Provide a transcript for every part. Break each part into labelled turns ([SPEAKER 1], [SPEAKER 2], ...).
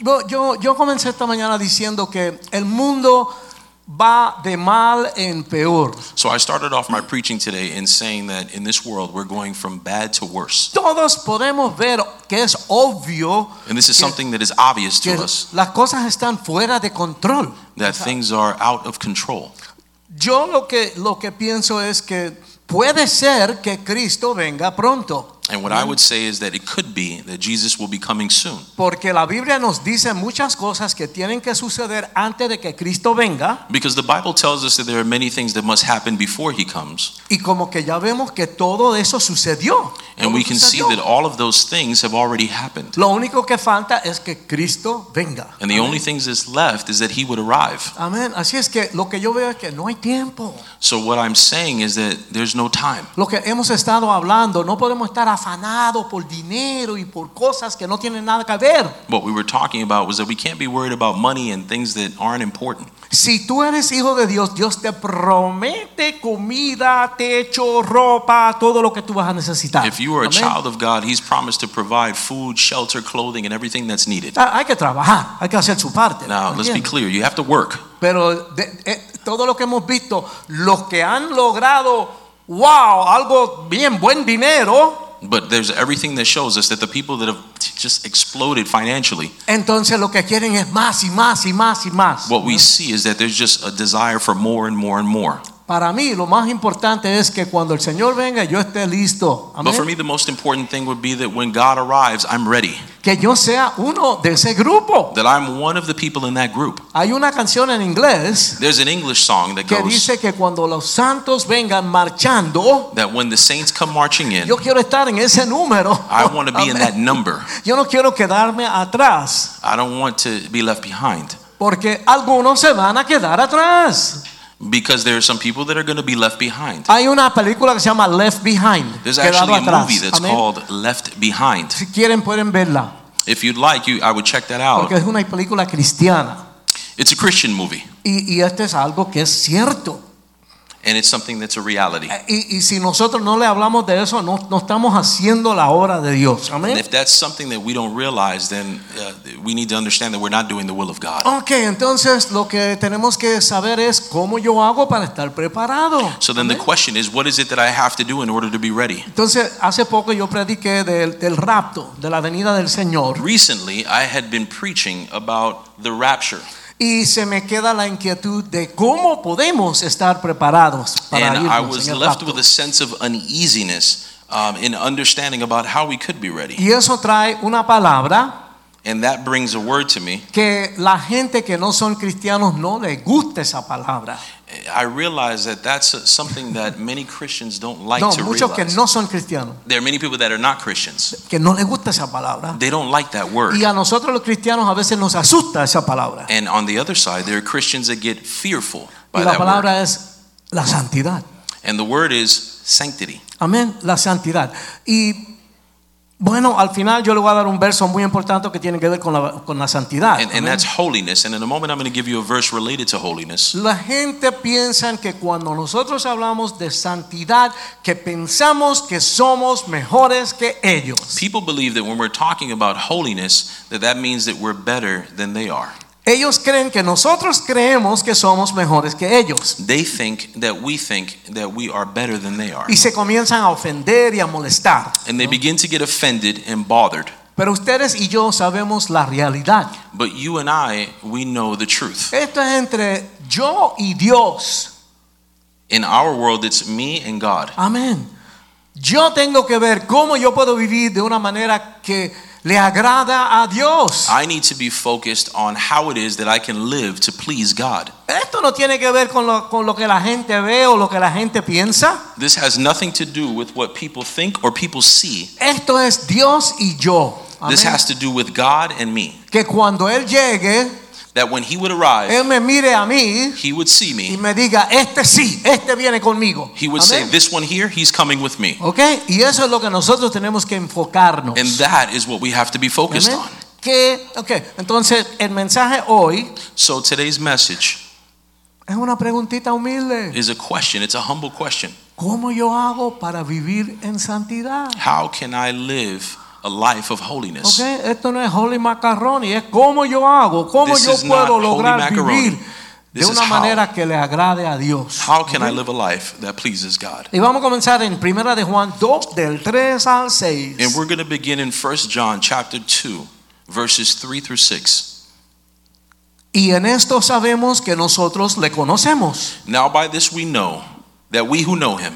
[SPEAKER 1] Yo, yo, yo comencé esta mañana diciendo que el mundo va de mal en peor.
[SPEAKER 2] So I started off my preaching today in saying that in this world we're going from bad to worse.
[SPEAKER 1] Todos podemos ver que es obvio
[SPEAKER 2] And this is something that is obvious to
[SPEAKER 1] que
[SPEAKER 2] us
[SPEAKER 1] las cosas están fuera de control.
[SPEAKER 2] that things are out of control.
[SPEAKER 1] Yo lo que, lo que pienso es que puede ser que Cristo venga pronto,
[SPEAKER 2] And what I would say is that it could be that Jesus will be coming soon
[SPEAKER 1] porque la Biblia nos dice muchas cosas que tienen que suceder antes de que Cristo venga
[SPEAKER 2] because the Bible tells us that there are many things that must happen before he comes.
[SPEAKER 1] y como que ya vemos que todo eso sucedió.
[SPEAKER 2] And we can see
[SPEAKER 1] Sucedió.
[SPEAKER 2] that all of those things have already happened.
[SPEAKER 1] Lo único que falta es que Cristo venga.
[SPEAKER 2] And the only things that's left is that he would arrive.
[SPEAKER 1] Amén. Así es que lo que yo veo es que no hay tiempo.
[SPEAKER 2] So what I'm saying is that there's no time.
[SPEAKER 1] Lo que hemos estado hablando, no podemos estar afanados por dinero y por cosas que no tienen nada que ver.
[SPEAKER 2] What we were talking about was that we can't be worried about money and things that aren't important.
[SPEAKER 1] Si tú eres hijo de Dios, Dios te promete comida, techo, ropa, todo lo que tú vas a necesitar.
[SPEAKER 2] If you are a
[SPEAKER 1] Amén.
[SPEAKER 2] child of God, He's promised to provide food, shelter, clothing, and everything that's needed.
[SPEAKER 1] Ah, Hay que trabajar, hay que hacer su parte.
[SPEAKER 2] Now, let's be
[SPEAKER 1] ¿entiendes?
[SPEAKER 2] clear. You have to work.
[SPEAKER 1] Pero de- eh, todo lo que hemos visto, los que han logrado, wow, algo bien, buen dinero.
[SPEAKER 2] But there's everything that shows us that the people that have t- just exploded financially,
[SPEAKER 1] Entonces lo que quieren es más y más y más y más.
[SPEAKER 2] what we see is that there's just a desire for more and more and more.
[SPEAKER 1] Para mí lo más importante es que cuando el Señor venga yo esté listo. Amén.
[SPEAKER 2] But for me, the most important thing would be that when God arrives, I'm ready,
[SPEAKER 1] Que yo sea uno de ese grupo.
[SPEAKER 2] that I'm one of the people in that group.
[SPEAKER 1] Hay una canción en inglés
[SPEAKER 2] There's an English song that
[SPEAKER 1] que
[SPEAKER 2] goes
[SPEAKER 1] dice que cuando los santos vengan marchando,
[SPEAKER 2] that when the saints come marching in,
[SPEAKER 1] yo quiero estar en ese número.
[SPEAKER 2] I want to be in
[SPEAKER 1] Amén.
[SPEAKER 2] that number.
[SPEAKER 1] Yo no quiero quedarme atrás,
[SPEAKER 2] I don't want to be left behind
[SPEAKER 1] porque algunos se van a quedar atrás.
[SPEAKER 2] because there are some people that are going to be left behind.
[SPEAKER 1] Hay una película que se llama Left Behind.
[SPEAKER 2] There's
[SPEAKER 1] Quedado
[SPEAKER 2] actually a
[SPEAKER 1] atrás.
[SPEAKER 2] movie that's
[SPEAKER 1] Amén.
[SPEAKER 2] called Left Behind.
[SPEAKER 1] Si quieren pueden verla,
[SPEAKER 2] If you'd like, you I would check that out.
[SPEAKER 1] porque es una película cristiana.
[SPEAKER 2] It's a Christian movie,
[SPEAKER 1] Y, y esto es algo que es cierto.
[SPEAKER 2] and it's something that's a reality.
[SPEAKER 1] Eh, Y, y si nosotros no le hablamos de eso, no, no estamos haciendo la obra de Dios.
[SPEAKER 2] And
[SPEAKER 1] Amén.
[SPEAKER 2] if that's something that we don't realize, then uh, we need to understand that we're not doing the will of God.
[SPEAKER 1] Ok, entonces lo que tenemos que saber es cómo yo hago para estar preparado.
[SPEAKER 2] So then the
[SPEAKER 1] Amén.
[SPEAKER 2] question is, what is it that I have to do in order to be ready?
[SPEAKER 1] Entonces, hace poco yo prediqué del, del rapto, de la venida del Señor,
[SPEAKER 2] Recently, I had been preaching about the rapture,
[SPEAKER 1] y se me queda la inquietud de cómo podemos estar preparados para
[SPEAKER 2] and I
[SPEAKER 1] irnos
[SPEAKER 2] was
[SPEAKER 1] en el
[SPEAKER 2] left
[SPEAKER 1] rapto.
[SPEAKER 2] with a sense of uneasiness um, in understanding about how we could be ready.
[SPEAKER 1] Y eso trae una palabra
[SPEAKER 2] And that brings a word to me.
[SPEAKER 1] que la gente que no son cristianos no les gusta esa palabra.
[SPEAKER 2] I realize that that's something that many Christians don't like
[SPEAKER 1] No,
[SPEAKER 2] to
[SPEAKER 1] muchos que
[SPEAKER 2] realize.
[SPEAKER 1] no son cristianos,
[SPEAKER 2] There are many people that are not Christians.
[SPEAKER 1] que no les gusta esa palabra.
[SPEAKER 2] They don't like that word.
[SPEAKER 1] Y a nosotros los cristianos a veces nos asusta esa palabra.
[SPEAKER 2] And on the other side, there are Christians that get fearful
[SPEAKER 1] Y
[SPEAKER 2] by
[SPEAKER 1] la
[SPEAKER 2] that word.
[SPEAKER 1] palabra es la santidad.
[SPEAKER 2] And the word is sanctity.
[SPEAKER 1] Amén, la santidad. Y bueno, al final yo le voy a dar un verso muy importante que tiene que ver con la, con la santidad.
[SPEAKER 2] And, and
[SPEAKER 1] Amén.
[SPEAKER 2] that's holiness. And in a moment, I'm going to give you a verse related to holiness.
[SPEAKER 1] La gente piensa en que cuando nosotros hablamos de santidad, que pensamos que somos mejores que ellos.
[SPEAKER 2] People believe that when we're talking about holiness, that that means that we're better than they are.
[SPEAKER 1] Ellos creen que nosotros creemos que somos mejores que ellos.
[SPEAKER 2] They think that we think that we are better than they are.
[SPEAKER 1] Y se comienzan a ofender y a molestar.
[SPEAKER 2] And they begin to get offended and bothered.
[SPEAKER 1] Pero ustedes y yo sabemos la realidad.
[SPEAKER 2] But you and I, we know the truth.
[SPEAKER 1] Esto es entre yo y Dios.
[SPEAKER 2] In our world, it's me and God.
[SPEAKER 1] Amén. Yo tengo que ver cómo yo puedo vivir de una manera que le agrada a Dios.
[SPEAKER 2] I need to be focused on how it is that I can live to please God.
[SPEAKER 1] Esto no tiene que ver con lo, con lo que la gente ve o lo que la gente piensa.
[SPEAKER 2] This has nothing to do with what people think or people see.
[SPEAKER 1] Esto es Dios y yo. Amén.
[SPEAKER 2] This has to do with God and me.
[SPEAKER 1] Que cuando Él llegue,
[SPEAKER 2] that when he would arrive,
[SPEAKER 1] Él me mire a mí
[SPEAKER 2] he would see
[SPEAKER 1] y
[SPEAKER 2] me.
[SPEAKER 1] me diga, este sí, este viene conmigo.
[SPEAKER 2] He would say,
[SPEAKER 1] Amén.
[SPEAKER 2] This one here, he's coming with me.
[SPEAKER 1] ¿Ok? Y eso es lo que nosotros tenemos que enfocarnos.
[SPEAKER 2] And that is what we have to be focused
[SPEAKER 1] Amén.
[SPEAKER 2] on.
[SPEAKER 1] Que, ok, entonces el mensaje hoy
[SPEAKER 2] So today's message
[SPEAKER 1] es una preguntita humilde.
[SPEAKER 2] is a question, it's a humble question.
[SPEAKER 1] ¿Cómo yo hago para vivir en santidad?
[SPEAKER 2] How can I live a life of holiness?
[SPEAKER 1] Ok, esto no es holy macaroni, es cómo yo hago, cómo
[SPEAKER 2] This
[SPEAKER 1] yo
[SPEAKER 2] is not
[SPEAKER 1] puedo
[SPEAKER 2] holy
[SPEAKER 1] lograr
[SPEAKER 2] macaroni.
[SPEAKER 1] vivir de
[SPEAKER 2] This
[SPEAKER 1] una
[SPEAKER 2] is how.
[SPEAKER 1] manera que le agrade a Dios.
[SPEAKER 2] How can I
[SPEAKER 1] Ok.
[SPEAKER 2] live a life that pleases God?
[SPEAKER 1] Y vamos a comenzar en Primera de Juan 2 del 3 al 6.
[SPEAKER 2] And we're going to begin in 1 John chapter 2, verses 3 through 6.
[SPEAKER 1] Y en esto sabemos que nosotros le conocemos
[SPEAKER 2] Now by this we know that we who know him,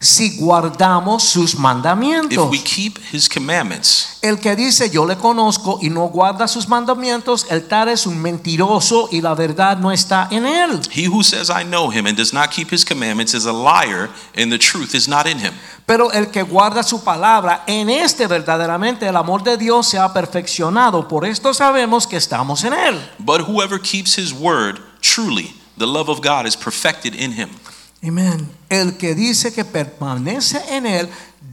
[SPEAKER 1] si guardamos sus
[SPEAKER 2] if we
[SPEAKER 1] mandamientos.
[SPEAKER 2] keep his commandments,
[SPEAKER 1] El que dice yo le conozco y no guarda sus mandamientos, el tal es un mentiroso y la verdad no está en él.
[SPEAKER 2] he who says I know him and does not keep his commandments is a liar and the truth is not in him.
[SPEAKER 1] Pero el que guarda su palabra, en este verdaderamente el amor de Dios se ha perfeccionado. Por esto sabemos que estamos en él.
[SPEAKER 2] But whoever keeps his word, truly the love of God is perfected in him.
[SPEAKER 1] Amén. El que dice que permanece en él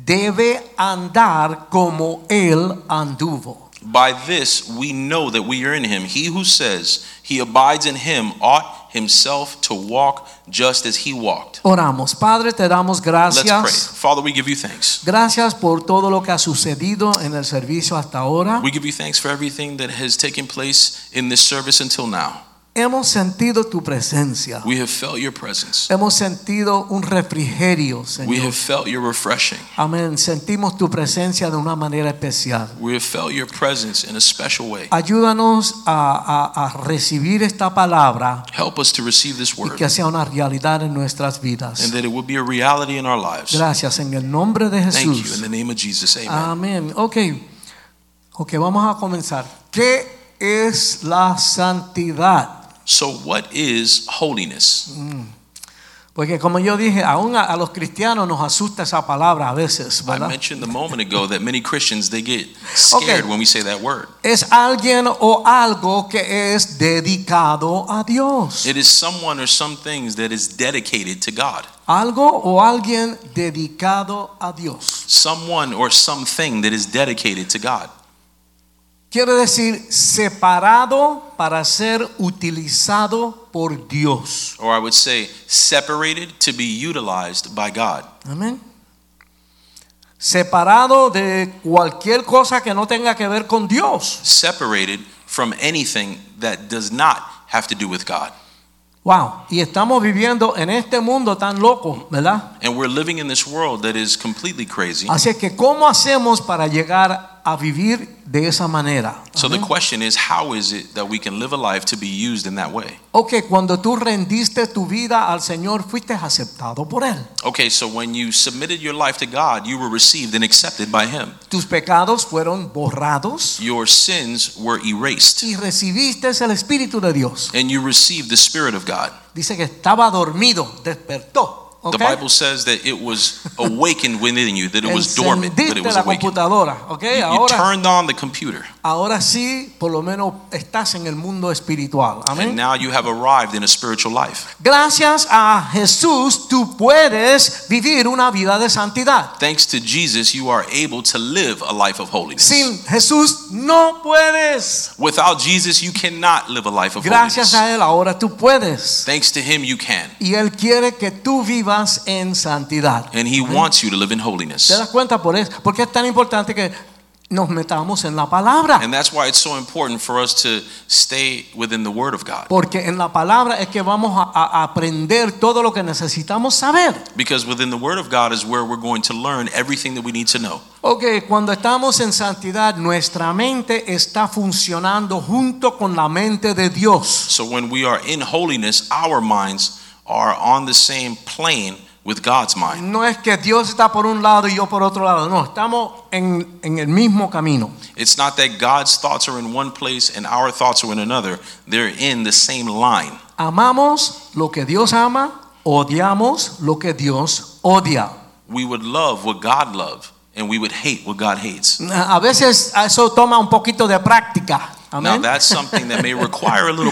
[SPEAKER 1] debe andar como él anduvo.
[SPEAKER 2] By this we know that we are in him. He who says he abides in him ought himself to walk just as he walked.
[SPEAKER 1] Oramos, Padre, te damos
[SPEAKER 2] Let's
[SPEAKER 1] gracias.
[SPEAKER 2] pray. Father, we give you thanks.
[SPEAKER 1] Gracias por todo lo que ha sucedido en el servicio hasta ahora.
[SPEAKER 2] We give you thanks for everything that has taken place in this service until now.
[SPEAKER 1] Hemos sentido tu presencia.
[SPEAKER 2] We have felt your presence.
[SPEAKER 1] Hemos sentido un refrigerio,
[SPEAKER 2] We
[SPEAKER 1] Señor.
[SPEAKER 2] have felt your refreshing.
[SPEAKER 1] Amén. Sentimos tu presencia de una manera especial.
[SPEAKER 2] We have felt your presence in a special way.
[SPEAKER 1] Ayúdanos a, a- a recibir esta palabra
[SPEAKER 2] Help us to receive this
[SPEAKER 1] y
[SPEAKER 2] word
[SPEAKER 1] que sea una realidad en nuestras
[SPEAKER 2] and
[SPEAKER 1] vidas.
[SPEAKER 2] that it will be a reality in our lives.
[SPEAKER 1] Gracias en el nombre de
[SPEAKER 2] Thank you. In
[SPEAKER 1] Jesús.
[SPEAKER 2] the name of Jesus, amen.
[SPEAKER 1] Amén. Ok. Ok, vamos a comenzar. ¿Qué es la santidad?
[SPEAKER 2] So, what is holiness?
[SPEAKER 1] Porque como yo dije, aún a, a los cristianos nos asusta esa palabra a veces,
[SPEAKER 2] I
[SPEAKER 1] ¿verdad?
[SPEAKER 2] mentioned a moment ago that many Christians they get scared
[SPEAKER 1] Okay.
[SPEAKER 2] when we say that word.
[SPEAKER 1] Es alguien o algo que es dedicado a Dios.
[SPEAKER 2] It is someone or some things that is dedicated to God.
[SPEAKER 1] Algo o alguien dedicado a Dios.
[SPEAKER 2] Someone or something that is dedicated to God.
[SPEAKER 1] Quiere decir separado para ser utilizado por Dios.
[SPEAKER 2] Or I would say separated to be utilized by God.
[SPEAKER 1] Amén. Separado de cualquier cosa que no tenga que ver con Dios.
[SPEAKER 2] Separated from anything that does not have to do with God.
[SPEAKER 1] Wow. Y estamos viviendo en este mundo tan loco, ¿verdad?
[SPEAKER 2] And we're living in this world that is completely crazy.
[SPEAKER 1] Así es que, ¿cómo hacemos para llegar a vivir de esa manera?
[SPEAKER 2] So the
[SPEAKER 1] Amén.
[SPEAKER 2] question is how is it that we can live a life to be used in that way?
[SPEAKER 1] Ok, cuando tú rendiste tu vida al Señor, fuiste aceptado por Él.
[SPEAKER 2] Okay, so when you submitted your life to God, you were received and accepted by him.
[SPEAKER 1] Tus pecados fueron borrados
[SPEAKER 2] Your sins were erased.
[SPEAKER 1] y recibiste el Espíritu de Dios.
[SPEAKER 2] and you receive the Spirit of God.
[SPEAKER 1] Dice que estaba dormido, despertó. ¿ok?
[SPEAKER 2] The Bible says that it was awakened within you, that it was dormant, but it
[SPEAKER 1] Encendiste
[SPEAKER 2] was
[SPEAKER 1] la
[SPEAKER 2] awakened.
[SPEAKER 1] computadora, ¿ok?
[SPEAKER 2] You, you
[SPEAKER 1] ahora,
[SPEAKER 2] turned on the computer,
[SPEAKER 1] ahora sí, por lo menos estás en el mundo espiritual.
[SPEAKER 2] and
[SPEAKER 1] Amén.
[SPEAKER 2] now you have arrived in a spiritual life.
[SPEAKER 1] Gracias a Jesús, tú puedes vivir una vida de santidad.
[SPEAKER 2] Thanks to Jesus, you are able to live a life of holiness.
[SPEAKER 1] Sin Jesús no puedes.
[SPEAKER 2] Without Jesus, you cannot live a life of
[SPEAKER 1] Gracias
[SPEAKER 2] holiness.
[SPEAKER 1] a Él, ahora tú puedes.
[SPEAKER 2] Thanks to Him, you can,
[SPEAKER 1] Y Él quiere que tú vivas en santidad.
[SPEAKER 2] and He wants you to live in
[SPEAKER 1] ¿Te
[SPEAKER 2] holiness.
[SPEAKER 1] das cuenta por eso? Porque es tan importante que nos metamos en la palabra.
[SPEAKER 2] And that's why it's so important for us to stay within the Word of God.
[SPEAKER 1] Porque en la palabra es que vamos a, a aprender todo lo que necesitamos saber.
[SPEAKER 2] Because within the Word of God is where we're going to learn everything that we need to know.
[SPEAKER 1] Ok, cuando estamos en santidad, nuestra mente está funcionando junto con la mente de Dios.
[SPEAKER 2] So when we are in holiness, our minds are on the same plane with God's mind.
[SPEAKER 1] No es que Dios está por un lado y yo por otro lado, no, estamos en, en el mismo camino.
[SPEAKER 2] It's not that God's thoughts are in one place and our thoughts are in another. They're in the same line.
[SPEAKER 1] Amamos lo que Dios ama, odiamos lo que Dios odia.
[SPEAKER 2] We would love what God loved and we would hate what God hates.
[SPEAKER 1] A veces eso toma un poquito de práctica.
[SPEAKER 2] Now,
[SPEAKER 1] Amén.
[SPEAKER 2] that's something that may require a little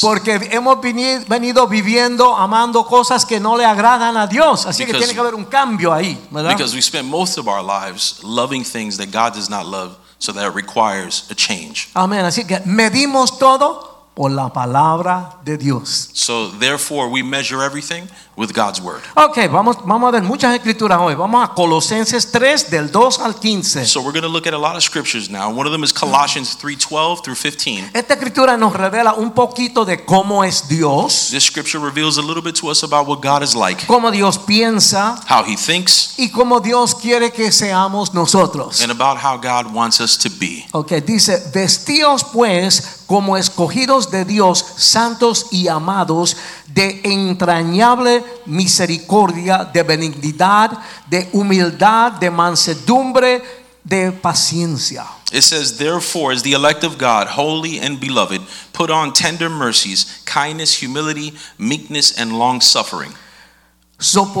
[SPEAKER 1] Porque hemos vini- venido viviendo, amando cosas que no le agradan a Dios. Así que
[SPEAKER 2] Because-
[SPEAKER 1] tiene que haber un cambio ahí, ¿verdad?
[SPEAKER 2] Because we spend most of our lives loving things that God does not love, so that it requires a change.
[SPEAKER 1] Amén. Así que medimos todo por la palabra de Dios.
[SPEAKER 2] So, therefore, we measure everything with God's word.
[SPEAKER 1] Ok, vamos, vamos a ver muchas escrituras hoy. Vamos a Colosenses 3, del 2 al 15.
[SPEAKER 2] So, we're going to look at a lot of scriptures now. One of them is Colossians 3:12 through 15.
[SPEAKER 1] Esta escritura nos revela un poquito de cómo es Dios,
[SPEAKER 2] This scripture reveals a little bit to us about what God is like,
[SPEAKER 1] cómo Dios piensa
[SPEAKER 2] how he thinks,
[SPEAKER 1] y cómo Dios quiere que seamos nosotros.
[SPEAKER 2] and about how God wants us to be.
[SPEAKER 1] Ok, dice, vestíos pues como escogidos de Dios, santos y amados, de entrañable misericordia, de benignidad, de humildad, de mansedumbre, de paciencia.
[SPEAKER 2] It says, Therefore, as the elect of God, holy and beloved, put on tender mercies, kindness, humility, meekness, and long suffering.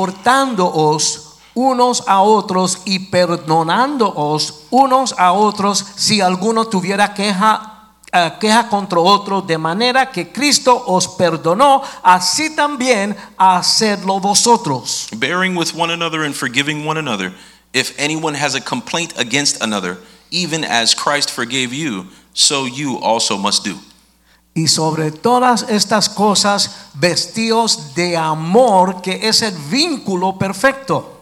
[SPEAKER 1] soportándoos unos a otros y perdonándoos unos a otros si alguno tuviera queja eh, queja contra otro de manera que Cristo os perdonó así también hacedlo vosotros
[SPEAKER 2] bearing with one another and forgiving one another, if anyone has a complaint against another, even as Christ forgave you, so you also must do.
[SPEAKER 1] y sobre todas estas cosas vestíos de amor que es el vínculo perfecto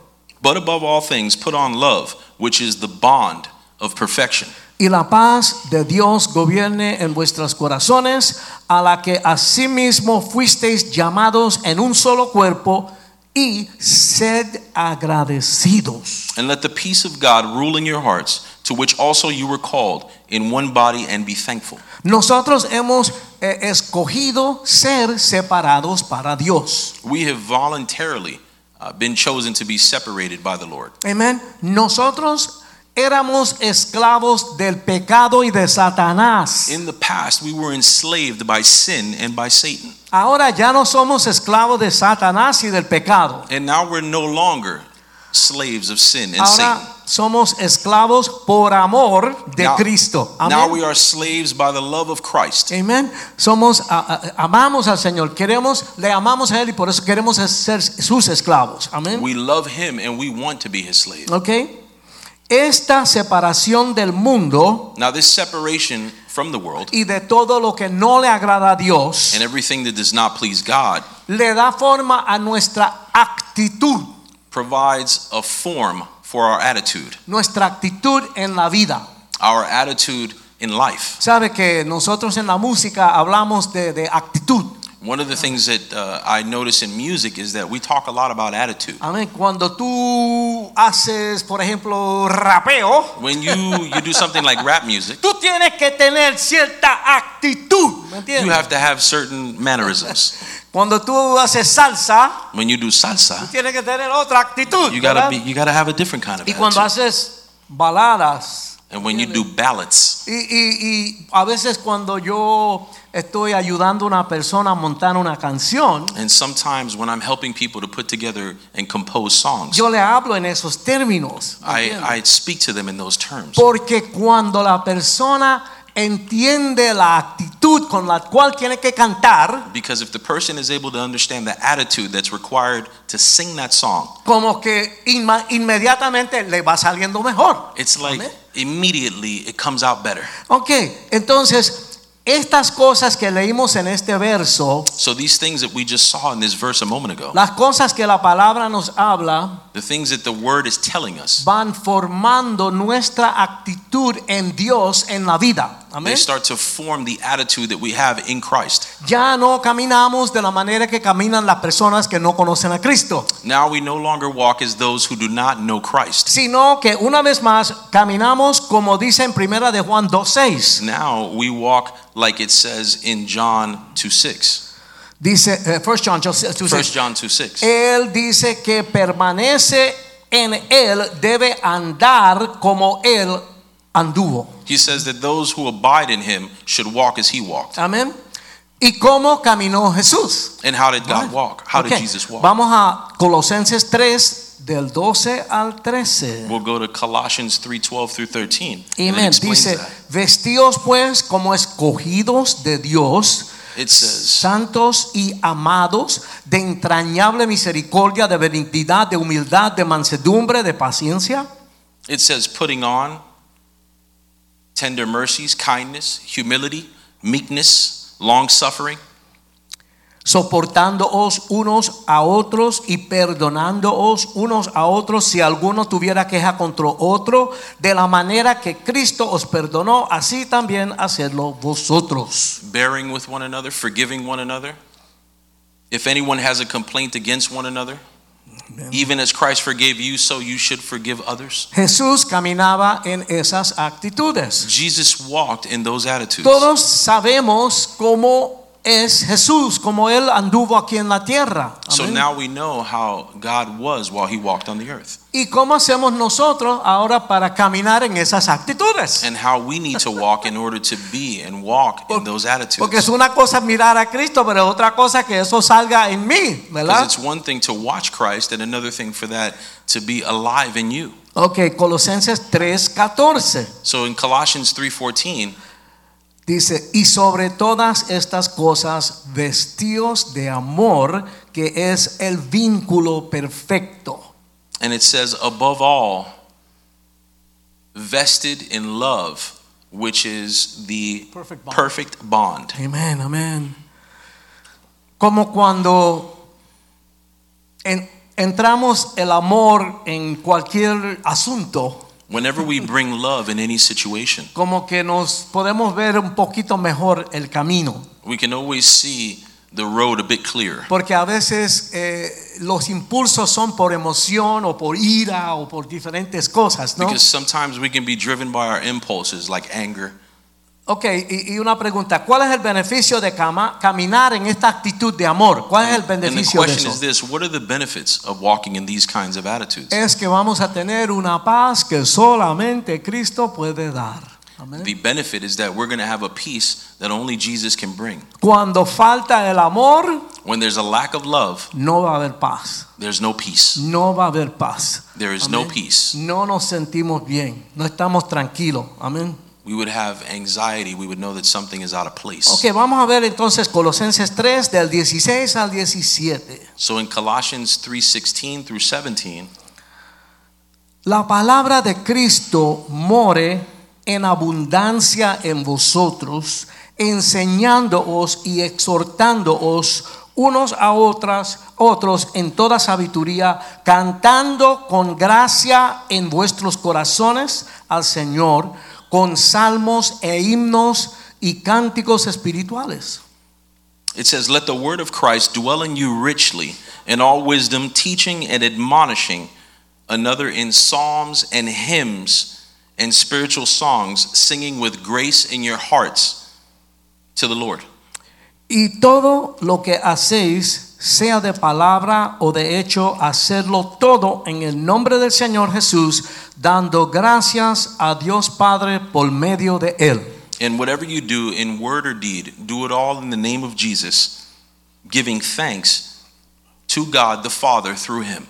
[SPEAKER 2] But above all things, put on love, which is the bond of perfection.
[SPEAKER 1] y la paz de Dios gobierne en vuestros corazones, a la que asimismo fuisteis llamados en un solo cuerpo, y sed agradecidos.
[SPEAKER 2] And let the peace of God rule in your hearts, to which also you were called in one body, and be thankful.
[SPEAKER 1] Nosotros hemos eh, escogido ser separados para Dios.
[SPEAKER 2] We have voluntarily uh, been chosen to be separated by the Lord.
[SPEAKER 1] Amén. Nosotros éramos esclavos del pecado y de Satanás.
[SPEAKER 2] In the past, we were enslaved by sin and by Satan.
[SPEAKER 1] Ahora ya no somos esclavos de Satanás y del pecado.
[SPEAKER 2] And now we're no longer slaves of sin and Satan.
[SPEAKER 1] Ahora somos esclavos por amor de
[SPEAKER 2] Now-
[SPEAKER 1] Cristo.
[SPEAKER 2] Now we
[SPEAKER 1] Amén.
[SPEAKER 2] are slaves by the love of Christ.
[SPEAKER 1] Amén. Somos a- a- amamos al Señor, queremos, le amamos a él y por eso queremos ser sus esclavos. Amén.
[SPEAKER 2] We love him and we want to be his slave.
[SPEAKER 1] ¿Ok? Esta separación del mundo
[SPEAKER 2] Now this separation from the world
[SPEAKER 1] y de todo lo que no le agrada a Dios
[SPEAKER 2] and everything that does not please God
[SPEAKER 1] le da forma a nuestra actitud,
[SPEAKER 2] provides a form for our attitude,
[SPEAKER 1] nuestra actitud en la vida.
[SPEAKER 2] our attitude in life.
[SPEAKER 1] Sabe que nosotros en la música hablamos de, de actitud.
[SPEAKER 2] One of the things that uh, I notice in music is that we talk a lot about attitude.
[SPEAKER 1] Amén. Cuando tú haces, por ejemplo, rapeo,
[SPEAKER 2] When you you do something like rap music,
[SPEAKER 1] tú tienes que tener cierta actitud. ¿Me entiendes?
[SPEAKER 2] you have to have certain mannerisms.
[SPEAKER 1] Cuando tú haces salsa,
[SPEAKER 2] When you do salsa,
[SPEAKER 1] tienes que tener otra actitud.
[SPEAKER 2] you
[SPEAKER 1] ¿verdad?
[SPEAKER 2] gotta be you gotta have a different kind of
[SPEAKER 1] y cuando
[SPEAKER 2] attitude.
[SPEAKER 1] haces baladas,
[SPEAKER 2] And when you do ballads,
[SPEAKER 1] y, y- y a veces cuando yo estoy ayudando a una persona a montar una canción,
[SPEAKER 2] And sometimes when I'm helping people to put together and compose songs,
[SPEAKER 1] yo le hablo en esos términos. ¿me
[SPEAKER 2] I,
[SPEAKER 1] entiendes?
[SPEAKER 2] I speak to them in those terms.
[SPEAKER 1] Porque cuando la persona entiende la actitud con la cual tiene que cantar,
[SPEAKER 2] Because if the person is able to understand the attitude that's required to sing that song,
[SPEAKER 1] como que inma- inmediatamente le va saliendo mejor.
[SPEAKER 2] it's like
[SPEAKER 1] Amen.
[SPEAKER 2] immediately it comes out better.
[SPEAKER 1] Ok, entonces estas cosas que leímos en este verso,
[SPEAKER 2] So these things that we just saw in this verse a moment ago,
[SPEAKER 1] las cosas que la palabra nos habla,
[SPEAKER 2] the things that the word is telling us,
[SPEAKER 1] van formando nuestra actitud en Dios en la vida. Amén.
[SPEAKER 2] they start to form the attitude that we have in Christ.
[SPEAKER 1] Ya no caminamos de la manera que caminan las personas que no conocen a Cristo,
[SPEAKER 2] Now we no longer walk as those who do not know Christ.
[SPEAKER 1] sino que una vez más caminamos como dice en primera de Juan 2:6.
[SPEAKER 2] Now we walk like it says in John 2 6.
[SPEAKER 1] Dice 1 John 2:6.
[SPEAKER 2] 1 John 2 6.
[SPEAKER 1] Él dice que permanece en él debe andar como él anduvo.
[SPEAKER 2] He says that those who abide in him should walk as he walked.
[SPEAKER 1] Amén. ¿Y cómo caminó Jesús?
[SPEAKER 2] And how did God walk? How
[SPEAKER 1] Ok,
[SPEAKER 2] did Jesus walk?
[SPEAKER 1] Vamos a Colosenses 3 del 12 al 13.
[SPEAKER 2] We'll go to Colossians 3:12 through 13. and it
[SPEAKER 1] Amén.
[SPEAKER 2] explains
[SPEAKER 1] Dice,
[SPEAKER 2] that.
[SPEAKER 1] vestidos pues como escogidos de Dios,
[SPEAKER 2] It says,
[SPEAKER 1] santos y amados, de entrañable misericordia, de benignidad, de humildad, de mansedumbre, de paciencia.
[SPEAKER 2] it says putting on tender mercies, kindness, humility, meekness, long suffering,
[SPEAKER 1] soportándoos unos a otros y perdonándoos unos a otros si alguno tuviera queja contra otro, de la manera que Cristo os perdonó, así también hacedlo vosotros.
[SPEAKER 2] bearing with one another, forgiving one another. If anyone has a complaint against one another, even as Christ forgave you, so you should forgive others.
[SPEAKER 1] Jesús caminaba en esas actitudes.
[SPEAKER 2] Jesus walked in those attitudes.
[SPEAKER 1] Todos sabemos cómo es Jesús, cómo él anduvo aquí en la tierra.
[SPEAKER 2] So
[SPEAKER 1] Amén.
[SPEAKER 2] now we know how God was while he walked on the earth
[SPEAKER 1] ¿Y cómo hacemos nosotros ahora para caminar en esas actitudes?
[SPEAKER 2] and how we need to walk in order to be and walk in those
[SPEAKER 1] Porque
[SPEAKER 2] attitudes.
[SPEAKER 1] es una cosa mirar a Cristo, pero es otra cosa que eso salga en mí,
[SPEAKER 2] Because
[SPEAKER 1] ¿verdad?
[SPEAKER 2] it's one thing to watch Christ and another thing for that to be alive in you.
[SPEAKER 1] Ok, Colosenses 3:14
[SPEAKER 2] So in Colossians 3:14,
[SPEAKER 1] dice, y sobre todas estas cosas vestidos de amor, que es el vínculo perfecto.
[SPEAKER 2] and it says above all vested in love, which is the
[SPEAKER 1] Perfect bond.
[SPEAKER 2] perfect bond.
[SPEAKER 1] Amén, amén. Como cuando en- entramos el amor en cualquier asunto,
[SPEAKER 2] Whenever we bring love in any situation,
[SPEAKER 1] como que nos podemos ver un poquito mejor el camino.
[SPEAKER 2] we can always see the road a bit clearer.
[SPEAKER 1] Porque a veces eh, los impulsos son por emoción o por ira o por diferentes cosas, ¿no?
[SPEAKER 2] Because sometimes we can be driven by our impulses like anger.
[SPEAKER 1] ok, y, y una pregunta, ¿cuál es el beneficio de cama- caminar en esta actitud de amor? ¿Cuál es el
[SPEAKER 2] And the
[SPEAKER 1] beneficio de
[SPEAKER 2] question is
[SPEAKER 1] eso?
[SPEAKER 2] this what are the benefits of walking in these kinds of attitudes?
[SPEAKER 1] Es que vamos a tener una paz que solamente Cristo puede dar. Amén.
[SPEAKER 2] The benefit is that we're going to have a peace that only Jesus can bring.
[SPEAKER 1] Cuando falta el amor,
[SPEAKER 2] When there's a lack of love,
[SPEAKER 1] no va a haber paz.
[SPEAKER 2] there's no peace.
[SPEAKER 1] No va a haber paz.
[SPEAKER 2] There is no
[SPEAKER 1] Amén.
[SPEAKER 2] peace.
[SPEAKER 1] No nos sentimos bien. No estamos tranquilos. Amén.
[SPEAKER 2] We would have anxiety. We would know that something is out of place.
[SPEAKER 1] Ok, vamos a ver entonces Colosenses 3 del 16 al 17.
[SPEAKER 2] So in Colossians 3:16 through 17,
[SPEAKER 1] La palabra de Cristo more en abundancia en vosotros, enseñándoos y exhortándoos unos a otras, otros en toda sabiduría, cantando con gracia en vuestros corazones al Señor, con salmos e himnos y cánticos espirituales.
[SPEAKER 2] it says, "Let the word of Christ dwell in you richly, in all wisdom, teaching and admonishing another in psalms and hymns and spiritual songs, singing with grace in your hearts to the Lord."
[SPEAKER 1] Y todo lo que hacéis, sea de palabra o de hecho, hacerlo todo en el nombre del Señor Jesús, dando gracias a Dios Padre por medio de Él.
[SPEAKER 2] And whatever you do in word or deed, do it all in the name of Jesus, giving thanks to God the Father through him.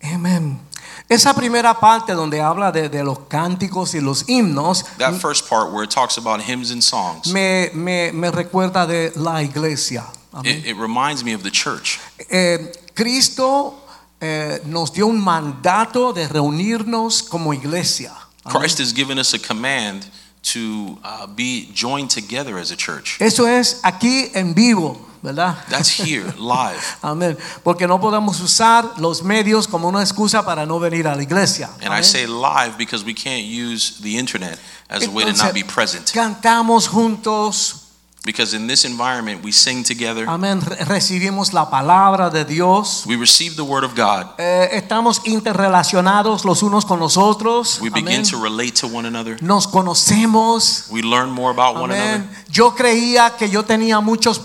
[SPEAKER 1] Amén. Esa primera parte donde habla de, de los cánticos y los himnos
[SPEAKER 2] That first part where it talks about hymns and songs,
[SPEAKER 1] me, me- me recuerda de la iglesia. Amén.
[SPEAKER 2] it, it reminds me of the church.
[SPEAKER 1] Eh, Cristo eh, nos dio un mandato de reunirnos como iglesia. Amén.
[SPEAKER 2] Christ has given us a command to uh, be joined together as a church.
[SPEAKER 1] Eso es aquí en vivo, ¿verdad?
[SPEAKER 2] That's here, live.
[SPEAKER 1] Amén. Porque no podemos usar los medios como una excusa para no venir a la iglesia.
[SPEAKER 2] And I
[SPEAKER 1] Amén.
[SPEAKER 2] say live because we can't use the internet as a way to
[SPEAKER 1] Entonces,
[SPEAKER 2] not be present.
[SPEAKER 1] Cantamos juntos,
[SPEAKER 2] Because in this environment, we sing together,
[SPEAKER 1] amén, re- recibimos la palabra de Dios.
[SPEAKER 2] we receive the word of God,
[SPEAKER 1] Eh, estamos interrelacionados los unos con los otros.
[SPEAKER 2] we
[SPEAKER 1] Amén.
[SPEAKER 2] begin to relate to one another.
[SPEAKER 1] Nos conocemos.
[SPEAKER 2] We learn more about one another.
[SPEAKER 1] Amén. Yo creía que yo tenía muchos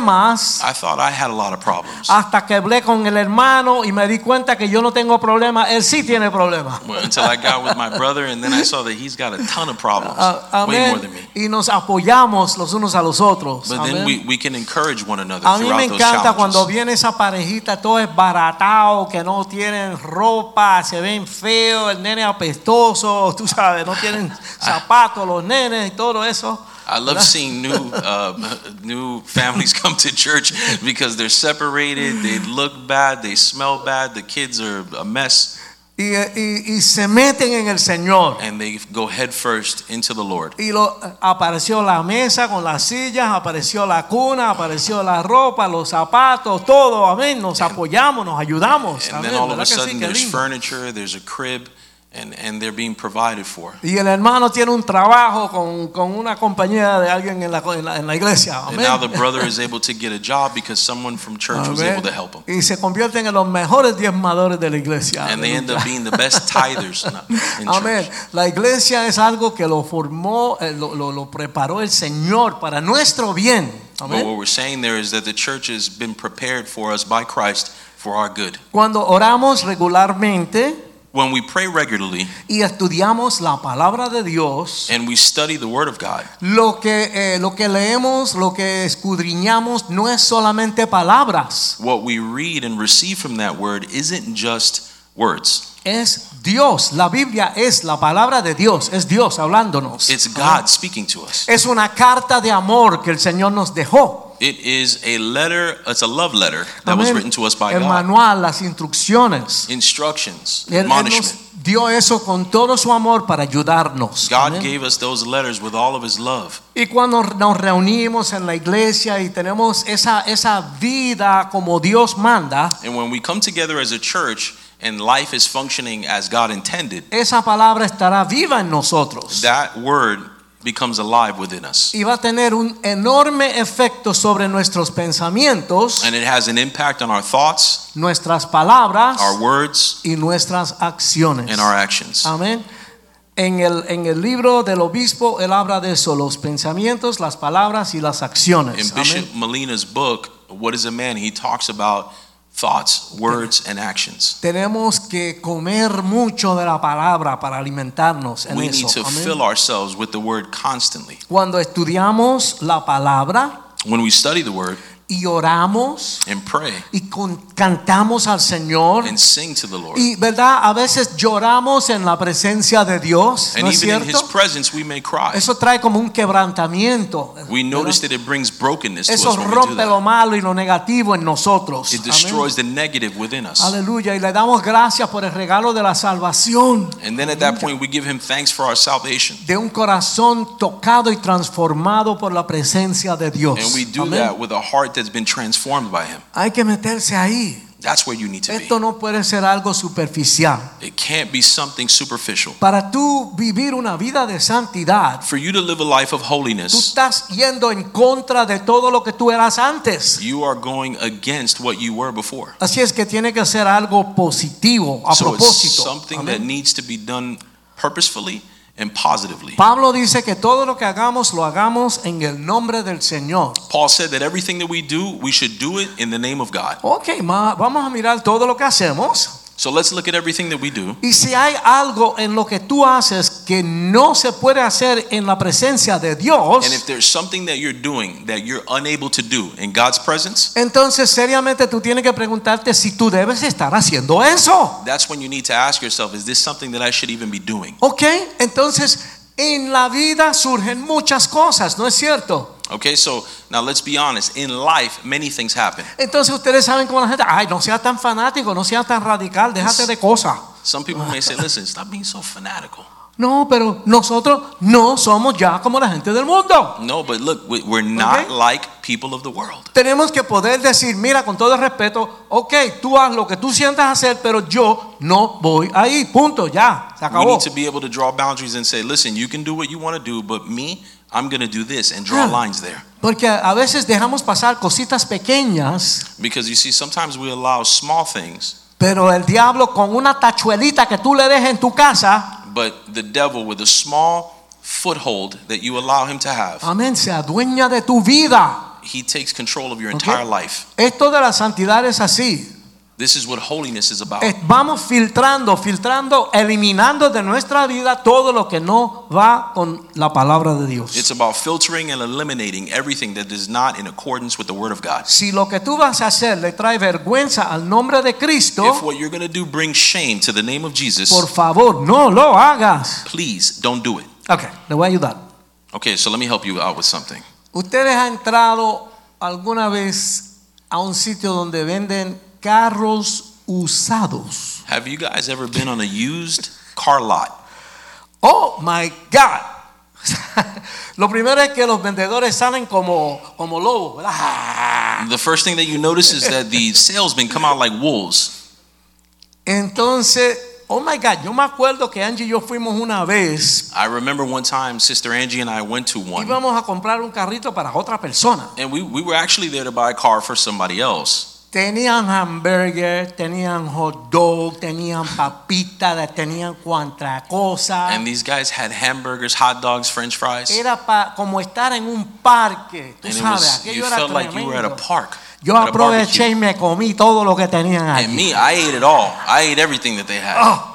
[SPEAKER 1] problemas
[SPEAKER 2] I thought I had a lot of problems
[SPEAKER 1] hasta que hablé con el hermano y me di cuenta que yo no tengo problemas. Él sí tiene problemas.
[SPEAKER 2] Well, until I got with my brother, and then I saw that he's got a ton of problems,
[SPEAKER 1] Ah,
[SPEAKER 2] way more
[SPEAKER 1] amén.
[SPEAKER 2] than me.
[SPEAKER 1] Y nos apoyamos los unos a los nosotros.
[SPEAKER 2] But
[SPEAKER 1] Amén.
[SPEAKER 2] then we, we can encourage one another
[SPEAKER 1] A mí me
[SPEAKER 2] throughout those
[SPEAKER 1] encanta cuando
[SPEAKER 2] challenges.
[SPEAKER 1] viene esa parejita, todo es baratao, que no tienen ropa, se ven feos, el nene apestoso, tú sabes, no tienen zapatos los nenes y todo eso.
[SPEAKER 2] I love seeing new uh, new families come to church because they're separated, they look bad, they smell bad, the kids are a mess,
[SPEAKER 1] Y, y- y se meten en el Señor.
[SPEAKER 2] and they go headfirst into the Lord.
[SPEAKER 1] Y lo, apareció la mesa con las sillas, apareció la cuna, apareció la ropa, los zapatos, todo, amén. Nos apoyamos, nos ayudamos.
[SPEAKER 2] And
[SPEAKER 1] amén,
[SPEAKER 2] then all of
[SPEAKER 1] ¿verdad que
[SPEAKER 2] a
[SPEAKER 1] sí?
[SPEAKER 2] sudden
[SPEAKER 1] Qué
[SPEAKER 2] there's
[SPEAKER 1] lindo.
[SPEAKER 2] furniture, there's a crib, and, and they're being provided for.
[SPEAKER 1] Y el hermano tiene un trabajo con, con una compañía de alguien en la, en la, en la iglesia.
[SPEAKER 2] And
[SPEAKER 1] Amén.
[SPEAKER 2] now the brother is able to get a job because someone from church was
[SPEAKER 1] Amén.
[SPEAKER 2] able to help him.
[SPEAKER 1] Y se convierten en los mejores diezmadores de la iglesia.
[SPEAKER 2] And they end
[SPEAKER 1] Aleluya.
[SPEAKER 2] up being the best tithers in
[SPEAKER 1] Amén.
[SPEAKER 2] church.
[SPEAKER 1] La iglesia es algo que lo formó, eh, lo, lo- lo preparó el Señor para nuestro bien.
[SPEAKER 2] But
[SPEAKER 1] Amén.
[SPEAKER 2] what we're saying there is that the church has been prepared for us by Christ for our good.
[SPEAKER 1] Cuando oramos regularmente
[SPEAKER 2] When we pray regularly
[SPEAKER 1] y estudiamos la palabra de Dios,
[SPEAKER 2] and we study the Word of God,
[SPEAKER 1] lo que, eh, lo que leemos, lo que escudriñamos no es solamente palabras,
[SPEAKER 2] what we read and receive from that Word isn't just words,
[SPEAKER 1] es Dios. La Biblia es la palabra de Dios, es Dios hablándonos.
[SPEAKER 2] it's God speaking to us.
[SPEAKER 1] Es una carta de amor que el Señor nos dejó.
[SPEAKER 2] It is a letter, it's a love letter that was
[SPEAKER 1] Amén.
[SPEAKER 2] written to us by
[SPEAKER 1] el
[SPEAKER 2] God.
[SPEAKER 1] manual, las instrucciones.
[SPEAKER 2] Instructions,
[SPEAKER 1] Él, él nos
[SPEAKER 2] admonishment.
[SPEAKER 1] dio eso con todo su amor para ayudarnos.
[SPEAKER 2] God
[SPEAKER 1] Amén.
[SPEAKER 2] gave us those letters with all of His love.
[SPEAKER 1] Y cuando nos reunimos en la iglesia y tenemos esa, esa vida como Dios manda,
[SPEAKER 2] And when we come together as a church and life is functioning as God intended,
[SPEAKER 1] esa palabra estará viva en nosotros.
[SPEAKER 2] that word becomes alive within us.
[SPEAKER 1] Y va a tener un enorme efecto sobre nuestros pensamientos,
[SPEAKER 2] And it has an impact on our thoughts,
[SPEAKER 1] nuestras palabras
[SPEAKER 2] our words,
[SPEAKER 1] y nuestras acciones.
[SPEAKER 2] and our actions.
[SPEAKER 1] Amén. En el, en el libro del obispo, él habla de eso, los pensamientos, las palabras y las
[SPEAKER 2] In
[SPEAKER 1] acciones. Amén.
[SPEAKER 2] Bishop Molina's book, What is a Man? He talks about thoughts, words, and actions.
[SPEAKER 1] Tenemos que comer mucho de la palabra para alimentarnos en
[SPEAKER 2] We
[SPEAKER 1] eso.
[SPEAKER 2] need to
[SPEAKER 1] Amén.
[SPEAKER 2] fill ourselves with the word constantly.
[SPEAKER 1] Cuando estudiamos la palabra
[SPEAKER 2] When we study the word
[SPEAKER 1] y oramos
[SPEAKER 2] and pray
[SPEAKER 1] y con- cantamos al Señor,
[SPEAKER 2] and sing to the Lord,
[SPEAKER 1] y verdad, a veces lloramos en la presencia de Dios,
[SPEAKER 2] and
[SPEAKER 1] ¿no es
[SPEAKER 2] even in His
[SPEAKER 1] cierto?
[SPEAKER 2] presence, we may cry.
[SPEAKER 1] Eso trae como un quebrantamiento.
[SPEAKER 2] We
[SPEAKER 1] ¿verdad?
[SPEAKER 2] notice that it brings brokenness to
[SPEAKER 1] Eso
[SPEAKER 2] us when we do
[SPEAKER 1] rompe
[SPEAKER 2] that.
[SPEAKER 1] lo malo y lo negativo en nosotros.
[SPEAKER 2] It
[SPEAKER 1] Amén.
[SPEAKER 2] destroys the negative within us.
[SPEAKER 1] Aleluya. Y le damos gracias por el regalo de la salvación.
[SPEAKER 2] And then at that point, we give him thanks for our salvation.
[SPEAKER 1] De un corazón tocado y transformado por la presencia de Dios.
[SPEAKER 2] And we do
[SPEAKER 1] Amén.
[SPEAKER 2] that with a heart that's been transformed by him.
[SPEAKER 1] Hay que meterse ahí.
[SPEAKER 2] That's where you need to
[SPEAKER 1] Esto no puede ser algo superficial.
[SPEAKER 2] be. It can't be something superficial.
[SPEAKER 1] Para tú vivir una vida de santidad,
[SPEAKER 2] For you to live a life of
[SPEAKER 1] tú
[SPEAKER 2] holiness,
[SPEAKER 1] estás yendo en contra de todo lo que tú eras antes.
[SPEAKER 2] you are going against what you were before.
[SPEAKER 1] Así es que tiene que ser algo positivo, a
[SPEAKER 2] So it's
[SPEAKER 1] propósito.
[SPEAKER 2] something
[SPEAKER 1] Amén.
[SPEAKER 2] that needs to be done purposefully and positively.
[SPEAKER 1] Pablo dice que todo lo que hagamos lo hagamos en el nombre del Señor.
[SPEAKER 2] Paul said that everything that we do, we should do it in the name of God.
[SPEAKER 1] Ok, ma, vamos a mirar todo lo que hacemos.
[SPEAKER 2] So let's look at everything that we do.
[SPEAKER 1] Y si hay algo en lo que tú haces que no se puede hacer en la presencia de Dios,
[SPEAKER 2] And if there's something that you're doing that you're unable to do in God's presence,
[SPEAKER 1] entonces seriamente tú tienes que preguntarte si tú debes estar haciendo eso.
[SPEAKER 2] That's when you need to ask yourself, is this something that I should even be doing?
[SPEAKER 1] Ok, entonces en la vida surgen muchas cosas, ¿no es cierto?
[SPEAKER 2] Okay, so now let's be honest. In life, many things happen.
[SPEAKER 1] Entonces ustedes saben cómo la gente, ay, no seas tan fanático, no seas tan radical, déjate de cosas.
[SPEAKER 2] Some people may say, listen, stop being so fanatical.
[SPEAKER 1] No, pero nosotros no somos ya como la gente del mundo.
[SPEAKER 2] No, but look, we- we're not
[SPEAKER 1] Okay.
[SPEAKER 2] like people of the world.
[SPEAKER 1] Tenemos que poder decir, mira, con todo el respeto, ok, tú haz lo que tú sientas hacer, pero yo no voy ahí, punto, ya, se
[SPEAKER 2] We
[SPEAKER 1] acabó.
[SPEAKER 2] need to be able to draw boundaries and say, listen, you can do what you want to do, but me, I'm going to do this and draw
[SPEAKER 1] Ah.
[SPEAKER 2] lines there.
[SPEAKER 1] Porque a veces dejamos pasar cositas pequeñas,
[SPEAKER 2] Because you see, sometimes we allow small things,
[SPEAKER 1] pero el diablo con una tachuelita que tú le dejes en tu casa,
[SPEAKER 2] but the devil, with a small foothold that you allow him to have,
[SPEAKER 1] amén, se adueña de tu vida.
[SPEAKER 2] he takes control of your
[SPEAKER 1] Okay.
[SPEAKER 2] entire life.
[SPEAKER 1] Esto de la santidad es así.
[SPEAKER 2] This is what holiness is about.
[SPEAKER 1] Eh, Vamos filtrando, filtrando, eliminando de nuestra vida todo lo que no va con la palabra de Dios.
[SPEAKER 2] It's about filtering and eliminating everything that is not in accordance with the Word of God.
[SPEAKER 1] Si lo que tú vas a hacer le trae vergüenza al nombre de Cristo,
[SPEAKER 2] If what you're going to do brings shame to the name of Jesus,
[SPEAKER 1] por favor, no lo hagas.
[SPEAKER 2] please don't do it.
[SPEAKER 1] Ok, le voy a ayudar.
[SPEAKER 2] Okay, so let me help you out with something.
[SPEAKER 1] ¿Ustedes han entrado alguna vez a un sitio donde venden carros usados?
[SPEAKER 2] Have you guys ever been on a used car lot?
[SPEAKER 1] Oh my God. Lo primero es que los vendedores salen como, como lobos. ¿verdad?
[SPEAKER 2] The first thing that you notice is that the salesmen come out like wolves.
[SPEAKER 1] Entonces, oh my God, yo me acuerdo que Angie y yo fuimos una vez.
[SPEAKER 2] I remember one time Sister Angie and I went to one,
[SPEAKER 1] Íbamos a comprar un carrito para otra persona.
[SPEAKER 2] and we, we were actually there to buy a car for somebody else.
[SPEAKER 1] Tenían hamburger, tenían hot dog, tenían papitas, tenían cuanta cosa.
[SPEAKER 2] And these guys had hamburgers, hot dogs, french fries.
[SPEAKER 1] Era pa- como estar en un parque, tú
[SPEAKER 2] And it
[SPEAKER 1] sabes,
[SPEAKER 2] was, you
[SPEAKER 1] aquello era
[SPEAKER 2] felt like you were at a
[SPEAKER 1] tremendo.
[SPEAKER 2] park.
[SPEAKER 1] Yo
[SPEAKER 2] at a barbecue.
[SPEAKER 1] aproveché y me comí todo lo que tenían
[SPEAKER 2] And
[SPEAKER 1] ahí.
[SPEAKER 2] me, I ate it all. I ate everything that they had.
[SPEAKER 1] Oh,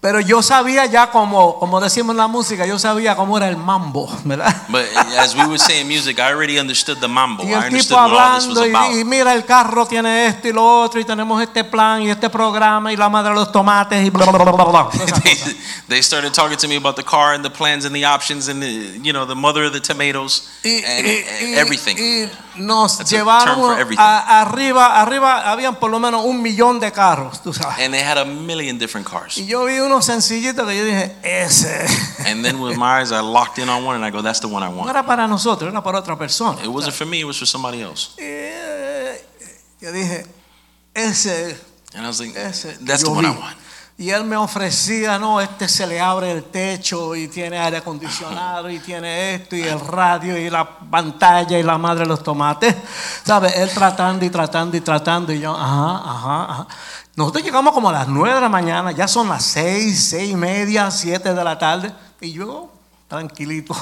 [SPEAKER 1] pero yo sabía ya como, como decimos en la música, yo sabía cómo era el mambo, ¿verdad?
[SPEAKER 2] But as we would say in music, I already understood the mambo.
[SPEAKER 1] Y
[SPEAKER 2] I
[SPEAKER 1] el
[SPEAKER 2] understood
[SPEAKER 1] tipo
[SPEAKER 2] what all this was
[SPEAKER 1] hablando y, y
[SPEAKER 2] about.
[SPEAKER 1] mira el carro tiene esto y lo otro y tenemos este plan y este programa y la madre de los tomates y bla bla bla bla bla. todas esas
[SPEAKER 2] they,
[SPEAKER 1] cosas.
[SPEAKER 2] they started talking to me about the car and the plans and the options and the, you know the mother of the tomatoes
[SPEAKER 1] Y,
[SPEAKER 2] and,
[SPEAKER 1] y-
[SPEAKER 2] and
[SPEAKER 1] y-
[SPEAKER 2] Eh, everything.
[SPEAKER 1] y nos
[SPEAKER 2] That's a term
[SPEAKER 1] llevaron
[SPEAKER 2] for everything.
[SPEAKER 1] a- arriba, arriba habían por lo menos un millón de carros, tú sabes.
[SPEAKER 2] and they had a million different cars.
[SPEAKER 1] Y yo vi uno sencillito que yo dije, ese.
[SPEAKER 2] And then with my eyes, I locked in on one and I go, that's the one I
[SPEAKER 1] No
[SPEAKER 2] want.
[SPEAKER 1] era para nosotros, era para otra persona.
[SPEAKER 2] It wasn't for me, it was for somebody else.
[SPEAKER 1] Eh, Yo dije, ese,
[SPEAKER 2] And I was like,
[SPEAKER 1] ese. que
[SPEAKER 2] that's the
[SPEAKER 1] yo
[SPEAKER 2] one I
[SPEAKER 1] vi".
[SPEAKER 2] want.
[SPEAKER 1] Y él me ofrecía, no, este se le abre el techo y tiene aire acondicionado y tiene esto y el radio y la pantalla y la madre de los tomates. ¿Sabes? Él tratando y tratando y tratando y yo, ajá, ajá, ajá. Nosotros llegamos como a las 9 de la mañana, ya son las 6, 6 y media, 7 de la tarde y yo, tranquilito.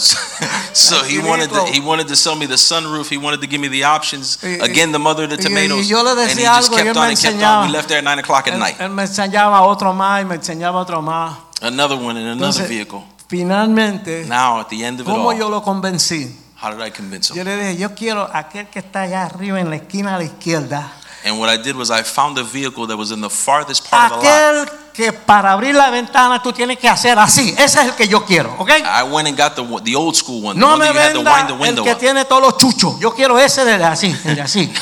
[SPEAKER 2] So he wanted to,
[SPEAKER 1] Tranquilito.
[SPEAKER 2] he wanted to sell me the sunroof. He wanted to give me the options.
[SPEAKER 1] Y- y-
[SPEAKER 2] Again, the mother of the
[SPEAKER 1] y- y
[SPEAKER 2] tomatoes.
[SPEAKER 1] e. yo le
[SPEAKER 2] and he
[SPEAKER 1] decía
[SPEAKER 2] just
[SPEAKER 1] algo y él
[SPEAKER 2] kept
[SPEAKER 1] me
[SPEAKER 2] on and kept on.
[SPEAKER 1] enseñaba. Eh,
[SPEAKER 2] We left there at nine o'clock at
[SPEAKER 1] Él,
[SPEAKER 2] night.
[SPEAKER 1] él me enseñaba otro más y me enseñaba otro más.
[SPEAKER 2] Another one and another
[SPEAKER 1] Entonces,
[SPEAKER 2] vehicle.
[SPEAKER 1] finalmente,
[SPEAKER 2] Now at the end of it
[SPEAKER 1] ¿cómo
[SPEAKER 2] all,
[SPEAKER 1] yo lo convencí?
[SPEAKER 2] how did I convince him?
[SPEAKER 1] Yo le dije, yo quiero aquel que está allá arriba en la esquina a la izquierda.
[SPEAKER 2] And what I did was I found a vehicle that was in the farthest part of the lot.
[SPEAKER 1] Aquel que para abrir la ventana tú tienes que hacer así. Ese es el que yo quiero, ¿ok?
[SPEAKER 2] I went and got the one- the old school one, the
[SPEAKER 1] No
[SPEAKER 2] one
[SPEAKER 1] me
[SPEAKER 2] that Ah, you had to
[SPEAKER 1] venda
[SPEAKER 2] wind the
[SPEAKER 1] el
[SPEAKER 2] window
[SPEAKER 1] que
[SPEAKER 2] up.
[SPEAKER 1] tiene todos los chuchos. Yo quiero ese de así, el de así.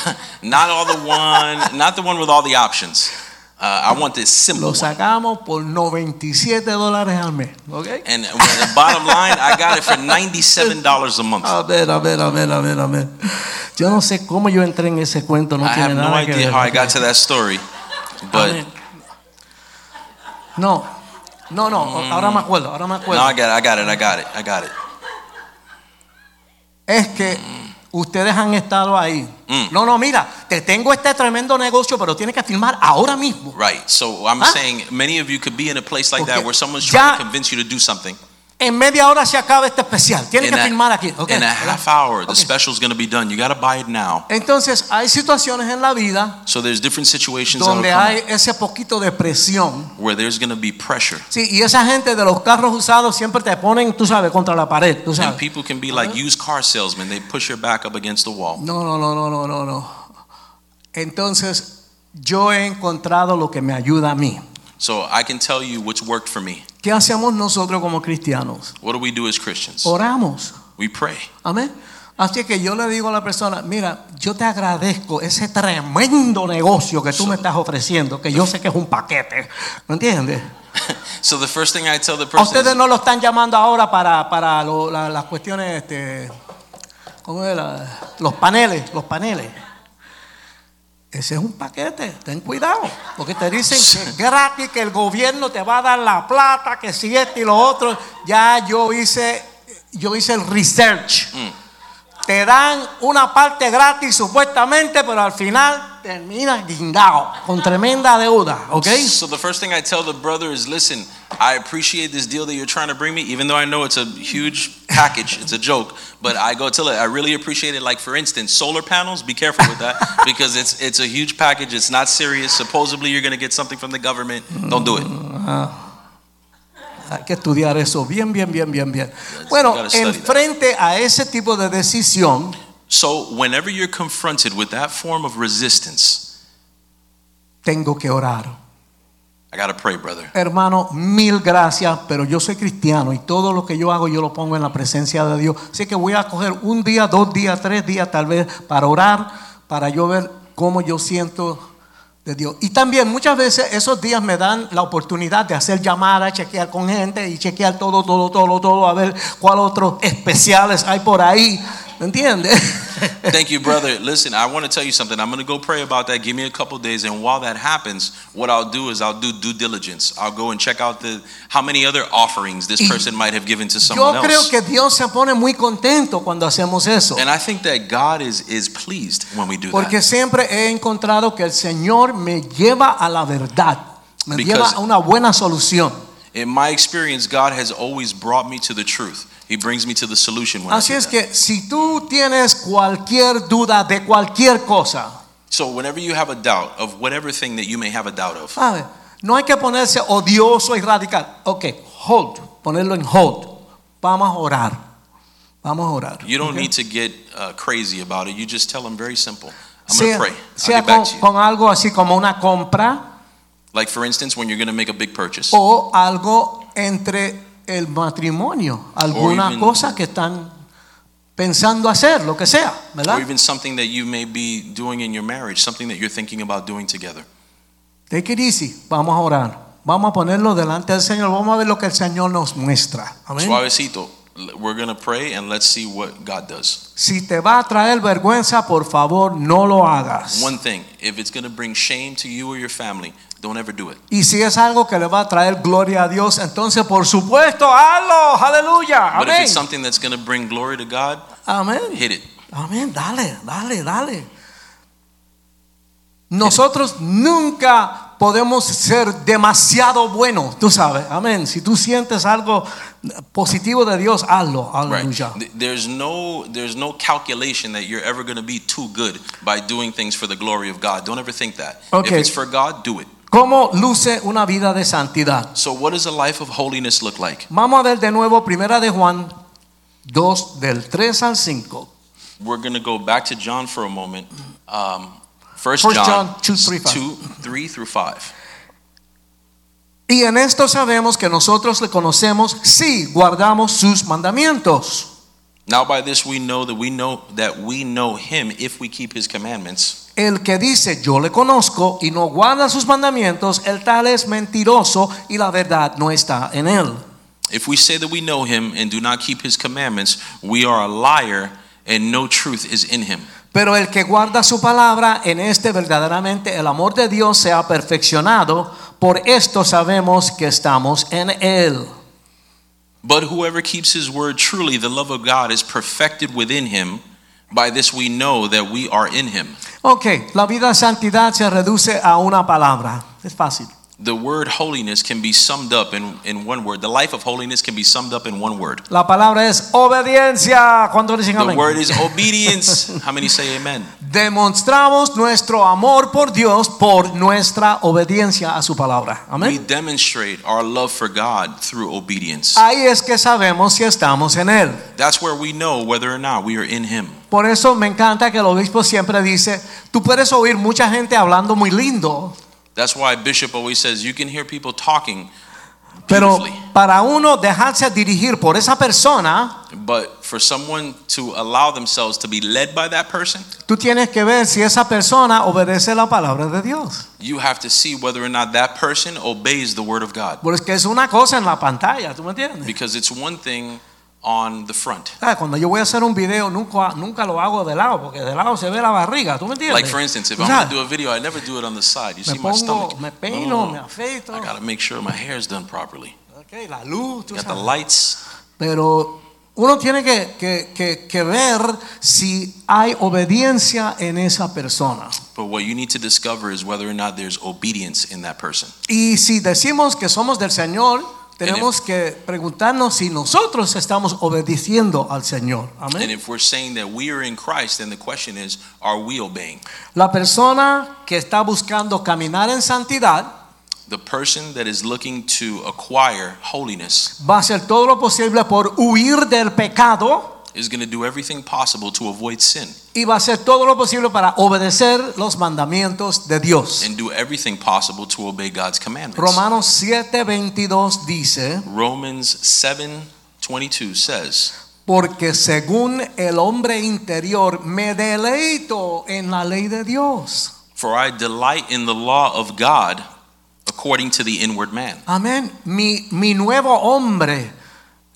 [SPEAKER 2] Not all the one, not the one with all the options. Uh, I want this simple
[SPEAKER 1] Lo
[SPEAKER 2] one.
[SPEAKER 1] sacamos por 97 dólares al mes, ¿ok?
[SPEAKER 2] And when- the bottom line, I got it for ninety-seven dollars a month.
[SPEAKER 1] A ver, a ver, a ver, a ver, a ver. Yo no sé cómo yo entré en ese cuento, no
[SPEAKER 2] I
[SPEAKER 1] tiene
[SPEAKER 2] have no
[SPEAKER 1] nada que
[SPEAKER 2] idea
[SPEAKER 1] ver.
[SPEAKER 2] how I got to that story, but
[SPEAKER 1] Amén. no, no, no, ahora me acuerdo, ahora me acuerdo.
[SPEAKER 2] no, I got it. I got it. I got it. I got it.
[SPEAKER 1] es que ustedes han estado ahí.
[SPEAKER 2] Mm.
[SPEAKER 1] No, no, mira, te tengo este tremendo negocio, pero tienes que firmar ahora mismo.
[SPEAKER 2] Right. So I'm
[SPEAKER 1] Huh?
[SPEAKER 2] saying many of you could be in a place like
[SPEAKER 1] Ah. Okay.
[SPEAKER 2] that where someone's trying
[SPEAKER 1] Ya-
[SPEAKER 2] to convince you to do something.
[SPEAKER 1] En media hora se acaba este especial. Tienes
[SPEAKER 2] In
[SPEAKER 1] que
[SPEAKER 2] a,
[SPEAKER 1] firmar aquí. ok.
[SPEAKER 2] in a half hour, the
[SPEAKER 1] Ok.
[SPEAKER 2] special's going to be done. You got to buy it now.
[SPEAKER 1] Entonces, hay situaciones en la vida
[SPEAKER 2] So there's different situations that'll
[SPEAKER 1] donde
[SPEAKER 2] come
[SPEAKER 1] hay ese poquito de presión.
[SPEAKER 2] up where there's going to be pressure.
[SPEAKER 1] Sí, y esa gente de los carros usados siempre te ponen, tú sabes, contra la pared. Tú
[SPEAKER 2] And
[SPEAKER 1] sabes.
[SPEAKER 2] people can be like used car salesmen. They push your back up against the wall.
[SPEAKER 1] No, no, no, no, no, no, no. Entonces, yo he encontrado lo que me ayuda a mí.
[SPEAKER 2] So I can tell you what's worked for me.
[SPEAKER 1] ¿Qué hacemos nosotros como cristianos?
[SPEAKER 2] What do we do as Christians?
[SPEAKER 1] Oramos.
[SPEAKER 2] We pray.
[SPEAKER 1] Amén. Así que yo le digo a la persona, mira, yo te agradezco ese tremendo negocio que tú me estás ofreciendo, que yo sé que es un paquete. ¿Me entiendes?
[SPEAKER 2] So the first thing I tell the
[SPEAKER 1] A
[SPEAKER 2] person
[SPEAKER 1] ustedes
[SPEAKER 2] is,
[SPEAKER 1] no lo están llamando ahora para, para lo- la- las cuestiones, este, ¿cómo es? La- los paneles, los paneles. Ese es un paquete, ten cuidado, porque te dicen que es gratis, que el gobierno te va a dar la plata, que si esto y lo otro. Ya yo hice, yo hice el research. Te dan una parte gratis supuestamente, pero al final terminas guindado, con tremenda deuda, ¿ok?
[SPEAKER 2] so the first thing I tell the brother is, listen, I appreciate this deal that you're trying to bring me, even though I know it's a huge package, it's a joke. But I go tell it, I really appreciate it. Like for instance, solar panels. Be careful with that because it's it's a huge package. It's not serious. Supposedly you're gonna get something from the government. Don't do it.
[SPEAKER 1] Hay que estudiar eso bien, bien, bien, bien, bien. Bueno,
[SPEAKER 2] gotta study
[SPEAKER 1] en
[SPEAKER 2] that.
[SPEAKER 1] frente a ese tipo de decisión,
[SPEAKER 2] So whenever you're confronted with that form of resistance,
[SPEAKER 1] tengo que orar.
[SPEAKER 2] I gotta pray, brother.
[SPEAKER 1] Hermano, mil gracias, pero yo soy cristiano y todo lo que yo hago yo lo pongo en la presencia de Dios. Así que voy a coger un día, dos días, tres días tal vez para orar, para yo ver cómo yo siento de Dios. Y también muchas veces esos días me dan la oportunidad de hacer llamadas, chequear con gente y chequear todo, todo, todo, todo, a ver cuál otros especiales hay por ahí. ¿Me entiendes?
[SPEAKER 2] Thank you, brother. Listen, I want to tell you something. I'm going to go pray about that. Give me a couple days, and while that happens, what I'll do is I'll do due diligence. I'll go and check out the how many other offerings this
[SPEAKER 1] Y
[SPEAKER 2] person might have given to
[SPEAKER 1] Yo
[SPEAKER 2] someone
[SPEAKER 1] creo
[SPEAKER 2] else.
[SPEAKER 1] que Dios se pone muy contento cuando hacemos eso.
[SPEAKER 2] And I think that God is is pleased when we do
[SPEAKER 1] Porque
[SPEAKER 2] that.
[SPEAKER 1] siempre he encontrado que el Señor me lleva a la verdad, me
[SPEAKER 2] Because-
[SPEAKER 1] lleva a una buena solución.
[SPEAKER 2] In my experience, God has always brought me to the truth. He brings me to the solution when I
[SPEAKER 1] Así
[SPEAKER 2] do
[SPEAKER 1] es
[SPEAKER 2] that.
[SPEAKER 1] que si tú tienes cualquier duda de cualquier cosa,
[SPEAKER 2] So whenever you have a doubt of whatever thing that you may have a doubt of,
[SPEAKER 1] ¿sabes? No hay que ponerse odioso y radical. Ok, hold, ponerlo en hold. Vamos a orar. Vamos a orar.
[SPEAKER 2] you don't
[SPEAKER 1] ok.
[SPEAKER 2] need to get uh, crazy about it. You just tell them very simple. I'm
[SPEAKER 1] sea,
[SPEAKER 2] going to pray. I'll
[SPEAKER 1] sea
[SPEAKER 2] get back
[SPEAKER 1] con,
[SPEAKER 2] to you.
[SPEAKER 1] con algo así como una compra
[SPEAKER 2] Like for instance, when you're going to make a big purchase.
[SPEAKER 1] o algo entre el matrimonio, alguna
[SPEAKER 2] even-
[SPEAKER 1] cosa que están pensando hacer, lo que sea, ¿verdad?
[SPEAKER 2] Or even something that you may be doing in your marriage, something that you're thinking about doing together.
[SPEAKER 1] Take it easy. Vamos a orar. Vamos a ponerlo delante del Señor. Vamos a ver lo que el Señor nos muestra. Amén.
[SPEAKER 2] Suavecito, L- we're going to pray and let's see what God does.
[SPEAKER 1] Si te va a traer vergüenza, por favor, no lo hagas.
[SPEAKER 2] One thing, if it's going to bring shame to you or your family, don't ever do it.
[SPEAKER 1] Y si es algo que le va a traer gloria a Dios, entonces por supuesto, hazlo. Aleluya.
[SPEAKER 2] But if
[SPEAKER 1] Amén.
[SPEAKER 2] it's something that's going to bring glory to God,
[SPEAKER 1] Amén.
[SPEAKER 2] hit it.
[SPEAKER 1] Amén. Dale, dale, dale. Nosotros nunca podemos ser demasiado buenos, tú sabes. Amén. Si tú sientes algo positivo de Dios, hazlo.
[SPEAKER 2] Right.
[SPEAKER 1] Aleluya.
[SPEAKER 2] Th- There's no there's no calculation that you're ever going to be too good by doing things for the glory of God. Don't ever think that.
[SPEAKER 1] Okay.
[SPEAKER 2] If it's for God, do it.
[SPEAKER 1] ¿Cómo luce una vida de santidad?
[SPEAKER 2] So what does a life of holiness look like?
[SPEAKER 1] Vamos a ver de nuevo Primera de Juan 2 del 3 al 5.
[SPEAKER 2] We're going to go back to John for a moment. Um, First
[SPEAKER 1] First
[SPEAKER 2] John,
[SPEAKER 1] John 2, 3, 5.
[SPEAKER 2] 2, 3 through 5.
[SPEAKER 1] Y en esto sabemos que nosotros le conocemos si guardamos sus mandamientos.
[SPEAKER 2] Now by this we know that we know that we know him if we keep his commandments.
[SPEAKER 1] El que dice yo le conozco y no guarda sus mandamientos, el tal es mentiroso y la verdad no está en él.
[SPEAKER 2] If we say that we know him and do not keep his commandments, we are a liar and no truth is in him.
[SPEAKER 1] Pero el que guarda su palabra, en este verdaderamente el amor de Dios se ha perfeccionado. Por esto sabemos que estamos en él.
[SPEAKER 2] But whoever keeps his word truly the love of God is perfected within him. By this we know that we are in him.
[SPEAKER 1] Ok, la vida de santidad se reduce a una palabra. Es fácil.
[SPEAKER 2] The word holiness can be summed up in, in one word. The life of holiness can be summed up in one word.
[SPEAKER 1] La palabra es obediencia. ¿Cuánto dicen
[SPEAKER 2] The
[SPEAKER 1] amén?
[SPEAKER 2] word is obedience. How many say amen?
[SPEAKER 1] Demostramos nuestro amor por Dios por nuestra obediencia a su palabra.
[SPEAKER 2] We
[SPEAKER 1] Amén.
[SPEAKER 2] demonstrate our love for God through obedience.
[SPEAKER 1] Ahí es que sabemos si estamos en Él.
[SPEAKER 2] That's where we know whether or not we are in Him.
[SPEAKER 1] Por eso me encanta que el obispo siempre dice, tú puedes oír mucha gente hablando muy lindo,
[SPEAKER 2] That's why Bishop always says you can hear people talking
[SPEAKER 1] pero
[SPEAKER 2] beautifully,
[SPEAKER 1] para uno dejarse dirigir por esa persona,
[SPEAKER 2] but for someone to allow themselves to be led by that person,
[SPEAKER 1] tú tienes que ver si esa persona obedece la palabra de Dios.
[SPEAKER 2] you have to see whether or not that person obeys the word of God.
[SPEAKER 1] Porque es una cosa en la pantalla, ¿tú me entiendes?
[SPEAKER 2] Because it's one thing on the front.
[SPEAKER 1] Ah, Cuando yo voy a hacer un video, nunca, nunca lo hago de lado, porque de lado se ve la barriga, ¿tú me entiendes?
[SPEAKER 2] Like for instance, if
[SPEAKER 1] Tú
[SPEAKER 2] I'm
[SPEAKER 1] sabes,
[SPEAKER 2] gonna do a video, I never do it on the side.
[SPEAKER 1] me
[SPEAKER 2] You see my
[SPEAKER 1] pongo,
[SPEAKER 2] stomach.
[SPEAKER 1] me
[SPEAKER 2] No,
[SPEAKER 1] peino,
[SPEAKER 2] no,
[SPEAKER 1] me
[SPEAKER 2] no.
[SPEAKER 1] afeito,
[SPEAKER 2] I gotta make sure my hair is done properly.
[SPEAKER 1] ok, la luz, tú
[SPEAKER 2] Got the
[SPEAKER 1] sabes.
[SPEAKER 2] lights.
[SPEAKER 1] Pero uno tiene que, que- que- que ver si hay obediencia en esa persona.
[SPEAKER 2] But what you need to discover is whether or not there's obedience in that person.
[SPEAKER 1] Y si decimos que somos del Señor,
[SPEAKER 2] And
[SPEAKER 1] Tenemos que preguntarnos si nosotros estamos obedeciendo al Señor.
[SPEAKER 2] And
[SPEAKER 1] Amén.
[SPEAKER 2] if we're saying that we are in Christ, then the question is, are we obeying?
[SPEAKER 1] La persona que está buscando caminar en santidad
[SPEAKER 2] The person that is looking to acquire holiness
[SPEAKER 1] va a hacer todo lo posible por huir del pecado
[SPEAKER 2] is going to do everything possible to avoid sin
[SPEAKER 1] y va a hacer todo lo posible para obedecer los mandamientos de Dios.
[SPEAKER 2] and do everything possible to obey God's commandments.
[SPEAKER 1] Romanos 7:22 dice,
[SPEAKER 2] Romans 7 22 says,
[SPEAKER 1] porque según el hombre interior me deleito en la ley de Dios.
[SPEAKER 2] For I delight in the law of God according to the inward man.
[SPEAKER 1] Amén. Mi, mi nuevo hombre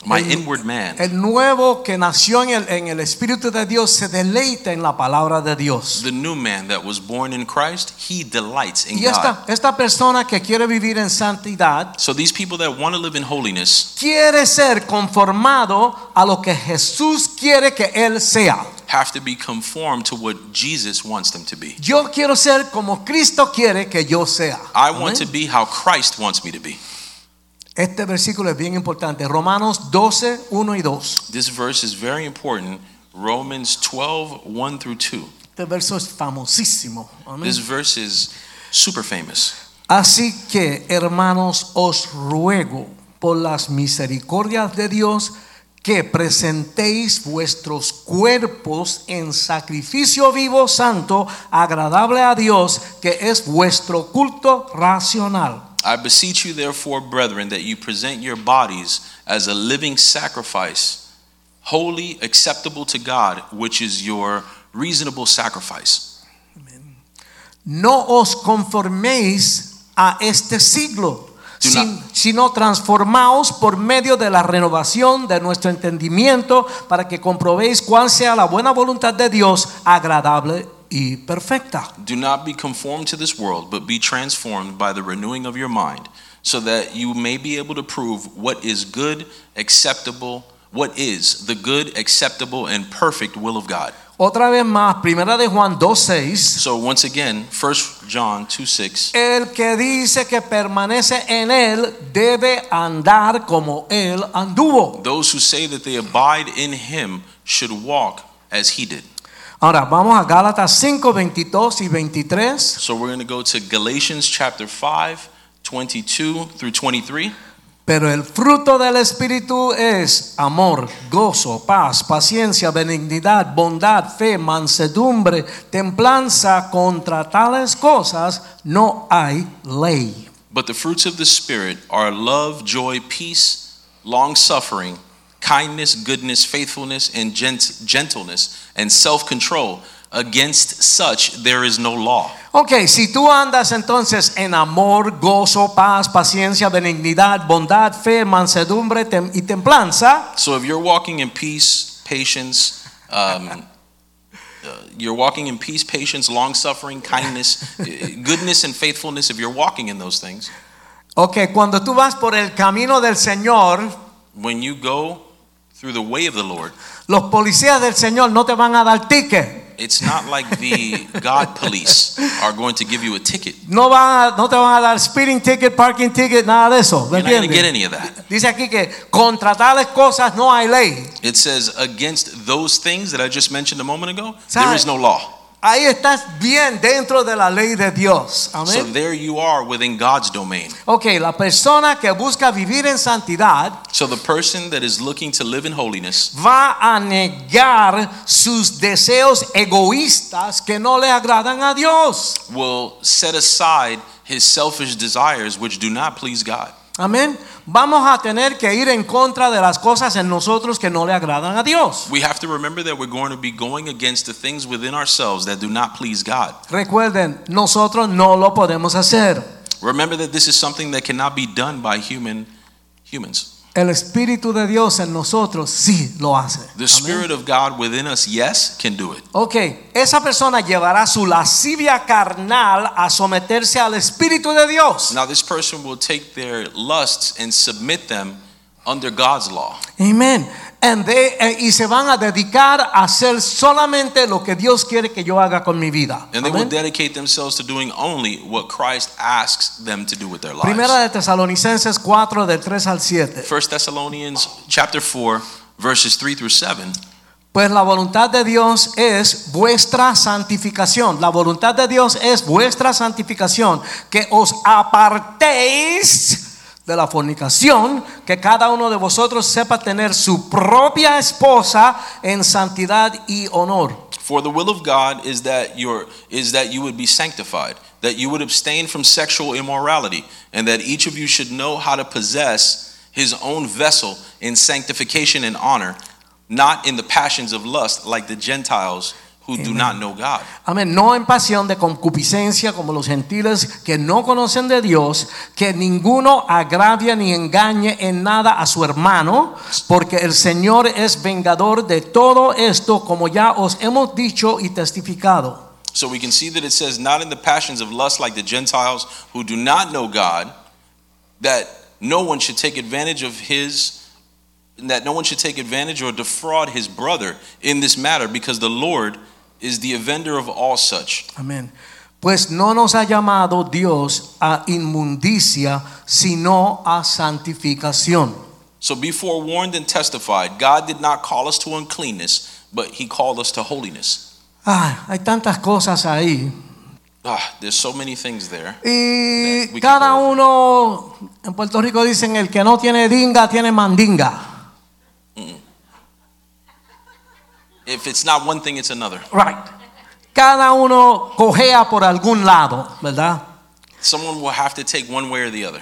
[SPEAKER 2] My
[SPEAKER 1] El-
[SPEAKER 2] inward man,
[SPEAKER 1] El nuevo que nació en el, en el Espíritu de Dios se deleita en la palabra de Dios.
[SPEAKER 2] the new man that was born in Christ, he delights in
[SPEAKER 1] Y
[SPEAKER 2] God.
[SPEAKER 1] esta, esta persona que quiere vivir en santidad
[SPEAKER 2] So these people that want to live in holiness
[SPEAKER 1] quiere ser conformado a lo que Jesús quiere que él sea.
[SPEAKER 2] have to be conformed to what Jesus wants them to be.
[SPEAKER 1] Yo quiero ser como Cristo quiere que yo sea.
[SPEAKER 2] I want to
[SPEAKER 1] Amén.
[SPEAKER 2] be how Christ wants me to be.
[SPEAKER 1] Este versículo es bien importante. Romanos 12, 1 y 2.
[SPEAKER 2] This verse is very important. Romans 12, 1 through 2.
[SPEAKER 1] Este verso es famosísimo. Amén.
[SPEAKER 2] This verse is super famous.
[SPEAKER 1] Así que, hermanos, os ruego por las misericordias de Dios que presentéis vuestros cuerpos en sacrificio vivo, santo, agradable a Dios, que es vuestro culto racional.
[SPEAKER 2] I beseech you, therefore, brethren, that you present your bodies as a living sacrifice, holy, acceptable to God, which is your reasonable sacrifice.
[SPEAKER 1] No os conforméis a este siglo,
[SPEAKER 2] Do
[SPEAKER 1] sin-
[SPEAKER 2] not-
[SPEAKER 1] sino transformaos por medio de la renovación de nuestro entendimiento para que comprobéis cuál sea la buena voluntad de Dios, agradable y perfecta.
[SPEAKER 2] Do not be conformed to this world, but be transformed by the renewing of your mind, so that you may be able to prove what is good, acceptable, what is the good, acceptable, and perfect will of God.
[SPEAKER 1] Otra vez más, primera de Juan 2:6.
[SPEAKER 2] So once again, 1 John 2 6.
[SPEAKER 1] El que dice que permanece en él debe andar como él anduvo.
[SPEAKER 2] Those who say that they abide in him should walk as he did.
[SPEAKER 1] Ahora vamos a Gálatas 5, 22 y 23.
[SPEAKER 2] So we're going to go to Galatians chapter 5, 22 through 23.
[SPEAKER 1] Pero el fruto del Espíritu es amor, gozo, paz, paciencia, benignidad, bondad, fe, mansedumbre, templanza. Contra tales cosas no hay ley.
[SPEAKER 2] But the fruits of the Spirit are love, joy, peace, long suffering, kindness, goodness, faithfulness, and gent- gentleness, and self control. Against such there is no law.
[SPEAKER 1] Ok, si tú andas entonces en amor, gozo, paz, paciencia, benignidad, bondad, fe, mansedumbre tem- y templanza,
[SPEAKER 2] So if you're walking in peace, patience, um, uh, you're walking in peace, patience, long suffering, kindness, uh, goodness, and faithfulness. If you're walking in those things,
[SPEAKER 1] ok, cuando tú vas por el camino del Señor,
[SPEAKER 2] when you go through the way of the Lord,
[SPEAKER 1] los policías del Señor no te van a dar ticket,
[SPEAKER 2] it's not like the God police are going to give you a ticket.
[SPEAKER 1] no, van a- no te van a dar speeding ticket, parking ticket, nada de eso, ¿me
[SPEAKER 2] You're not going to get
[SPEAKER 1] entiendes?
[SPEAKER 2] any of that.
[SPEAKER 1] Dice aquí que contra tales cosas no hay ley.
[SPEAKER 2] It says against those things that I just mentioned a moment ago,
[SPEAKER 1] Sai.
[SPEAKER 2] there is no law.
[SPEAKER 1] Ahí estás bien dentro de la ley de Dios.
[SPEAKER 2] So
[SPEAKER 1] Amén.
[SPEAKER 2] there you are within God's domain.
[SPEAKER 1] Ok, la persona que busca vivir en santidad
[SPEAKER 2] So the person that is looking to live in holiness
[SPEAKER 1] va a negar sus deseos egoístas que no le agradan a Dios.
[SPEAKER 2] will set aside his selfish desires which do not please God.
[SPEAKER 1] Amén. Vamos a tener que ir en contra de las cosas en nosotros que no le agradan a Dios.
[SPEAKER 2] We have to remember that we're going to be going against the things within ourselves that do not please God.
[SPEAKER 1] Recuerden, nosotros no lo podemos hacer.
[SPEAKER 2] Remember that this is something that cannot be done by human humans.
[SPEAKER 1] El Espíritu de Dios en nosotros sí lo hace.
[SPEAKER 2] The
[SPEAKER 1] Amén.
[SPEAKER 2] spirit of God within us yes can do it.
[SPEAKER 1] Ok, esa persona llevará su lascivia carnal a someterse al Espíritu de Dios.
[SPEAKER 2] Now, this person will take their lusts and submit them under God's law.
[SPEAKER 1] Amén. and they- eh, y se van a dedicar a hacer solamente lo que Dios quiere que yo haga con mi vida.
[SPEAKER 2] And they
[SPEAKER 1] Amén.
[SPEAKER 2] will dedicate themselves to doing only what Christ asks them to do with their
[SPEAKER 1] Primera
[SPEAKER 2] lives.
[SPEAKER 1] de Tesalonicenses 4 del 3 al 7.
[SPEAKER 2] First Thessalonians chapter 4 verses 3 through 7.
[SPEAKER 1] Pues la voluntad de Dios es vuestra santificación. La voluntad de Dios es vuestra santificación. Que os apartéis de la fornicación. Que cada uno de vosotros sepa tener su propia esposa en santidad y honor.
[SPEAKER 2] For the will of God is that your is that you would be sanctified, that you would abstain from sexual immorality, and that each of you should know how to possess his own vessel in sanctification and honor, not in the passions of lust like the Gentiles who do not know God.
[SPEAKER 1] Amén. No en pasión de concupiscencia como los gentiles que no conocen de Dios. Que ninguno agravie ni engañe en nada a su hermano. Porque el Señor es vengador de todo esto como ya os hemos dicho y testificado.
[SPEAKER 2] So we can see that it says, not in the passions of lust like the Gentiles who do not know God, that no one should take advantage of his, that no one should take advantage or defraud his brother in this matter, because the Lord is the avenger of all such.
[SPEAKER 1] Amén. Pues no nos ha llamado Dios a inmundicia, sino a santificación.
[SPEAKER 2] So be forewarned and testified. God did not call us to uncleanness, but he called us to holiness.
[SPEAKER 1] Ah, hay tantas cosas ahí.
[SPEAKER 2] Ah, there's so many things there.
[SPEAKER 1] Y
[SPEAKER 2] we can
[SPEAKER 1] cada
[SPEAKER 2] go over.
[SPEAKER 1] uno, en Puerto Rico dicen, el que no tiene dinga, tiene mandinga.
[SPEAKER 2] If it's not one thing, it's another.
[SPEAKER 1] Right. Cada uno cojea por algún lado, ¿verdad?
[SPEAKER 2] Someone will have to take one way or the other.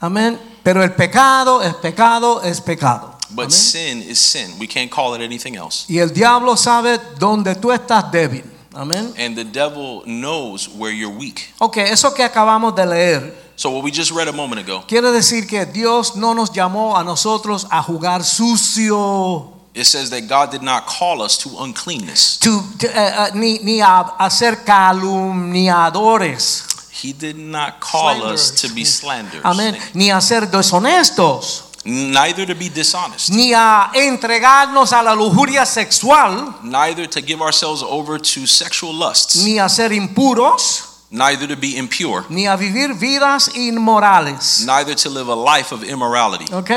[SPEAKER 1] Amén. Pero el pecado es pecado, es pecado.
[SPEAKER 2] But sin is sin. We can't call it anything else.
[SPEAKER 1] Y el diablo sabe dónde tú estás débil. Amén.
[SPEAKER 2] And the devil knows where you're weak.
[SPEAKER 1] Ok, eso que acabamos de leer.
[SPEAKER 2] So, what we just read a moment ago,
[SPEAKER 1] Quiere decir que Dios no nos llamó a nosotros a jugar sucio,
[SPEAKER 2] it says that God did not call us to uncleanness.
[SPEAKER 1] to- to- eh, eh, ni, ni a, a ser calumniadores.
[SPEAKER 2] He did not call us to be slanderers.
[SPEAKER 1] Amén. Ni a ser deshonestos.
[SPEAKER 2] Neither to be dishonest.
[SPEAKER 1] Ni a entregarnos a la lujuria sexual.
[SPEAKER 2] Neither to give ourselves over to sexual lusts.
[SPEAKER 1] Ni a ser impuros.
[SPEAKER 2] Neither to be impure.
[SPEAKER 1] Ni a vivir vidas inmorales.
[SPEAKER 2] Neither to live a life of immorality.
[SPEAKER 1] ¿Ok?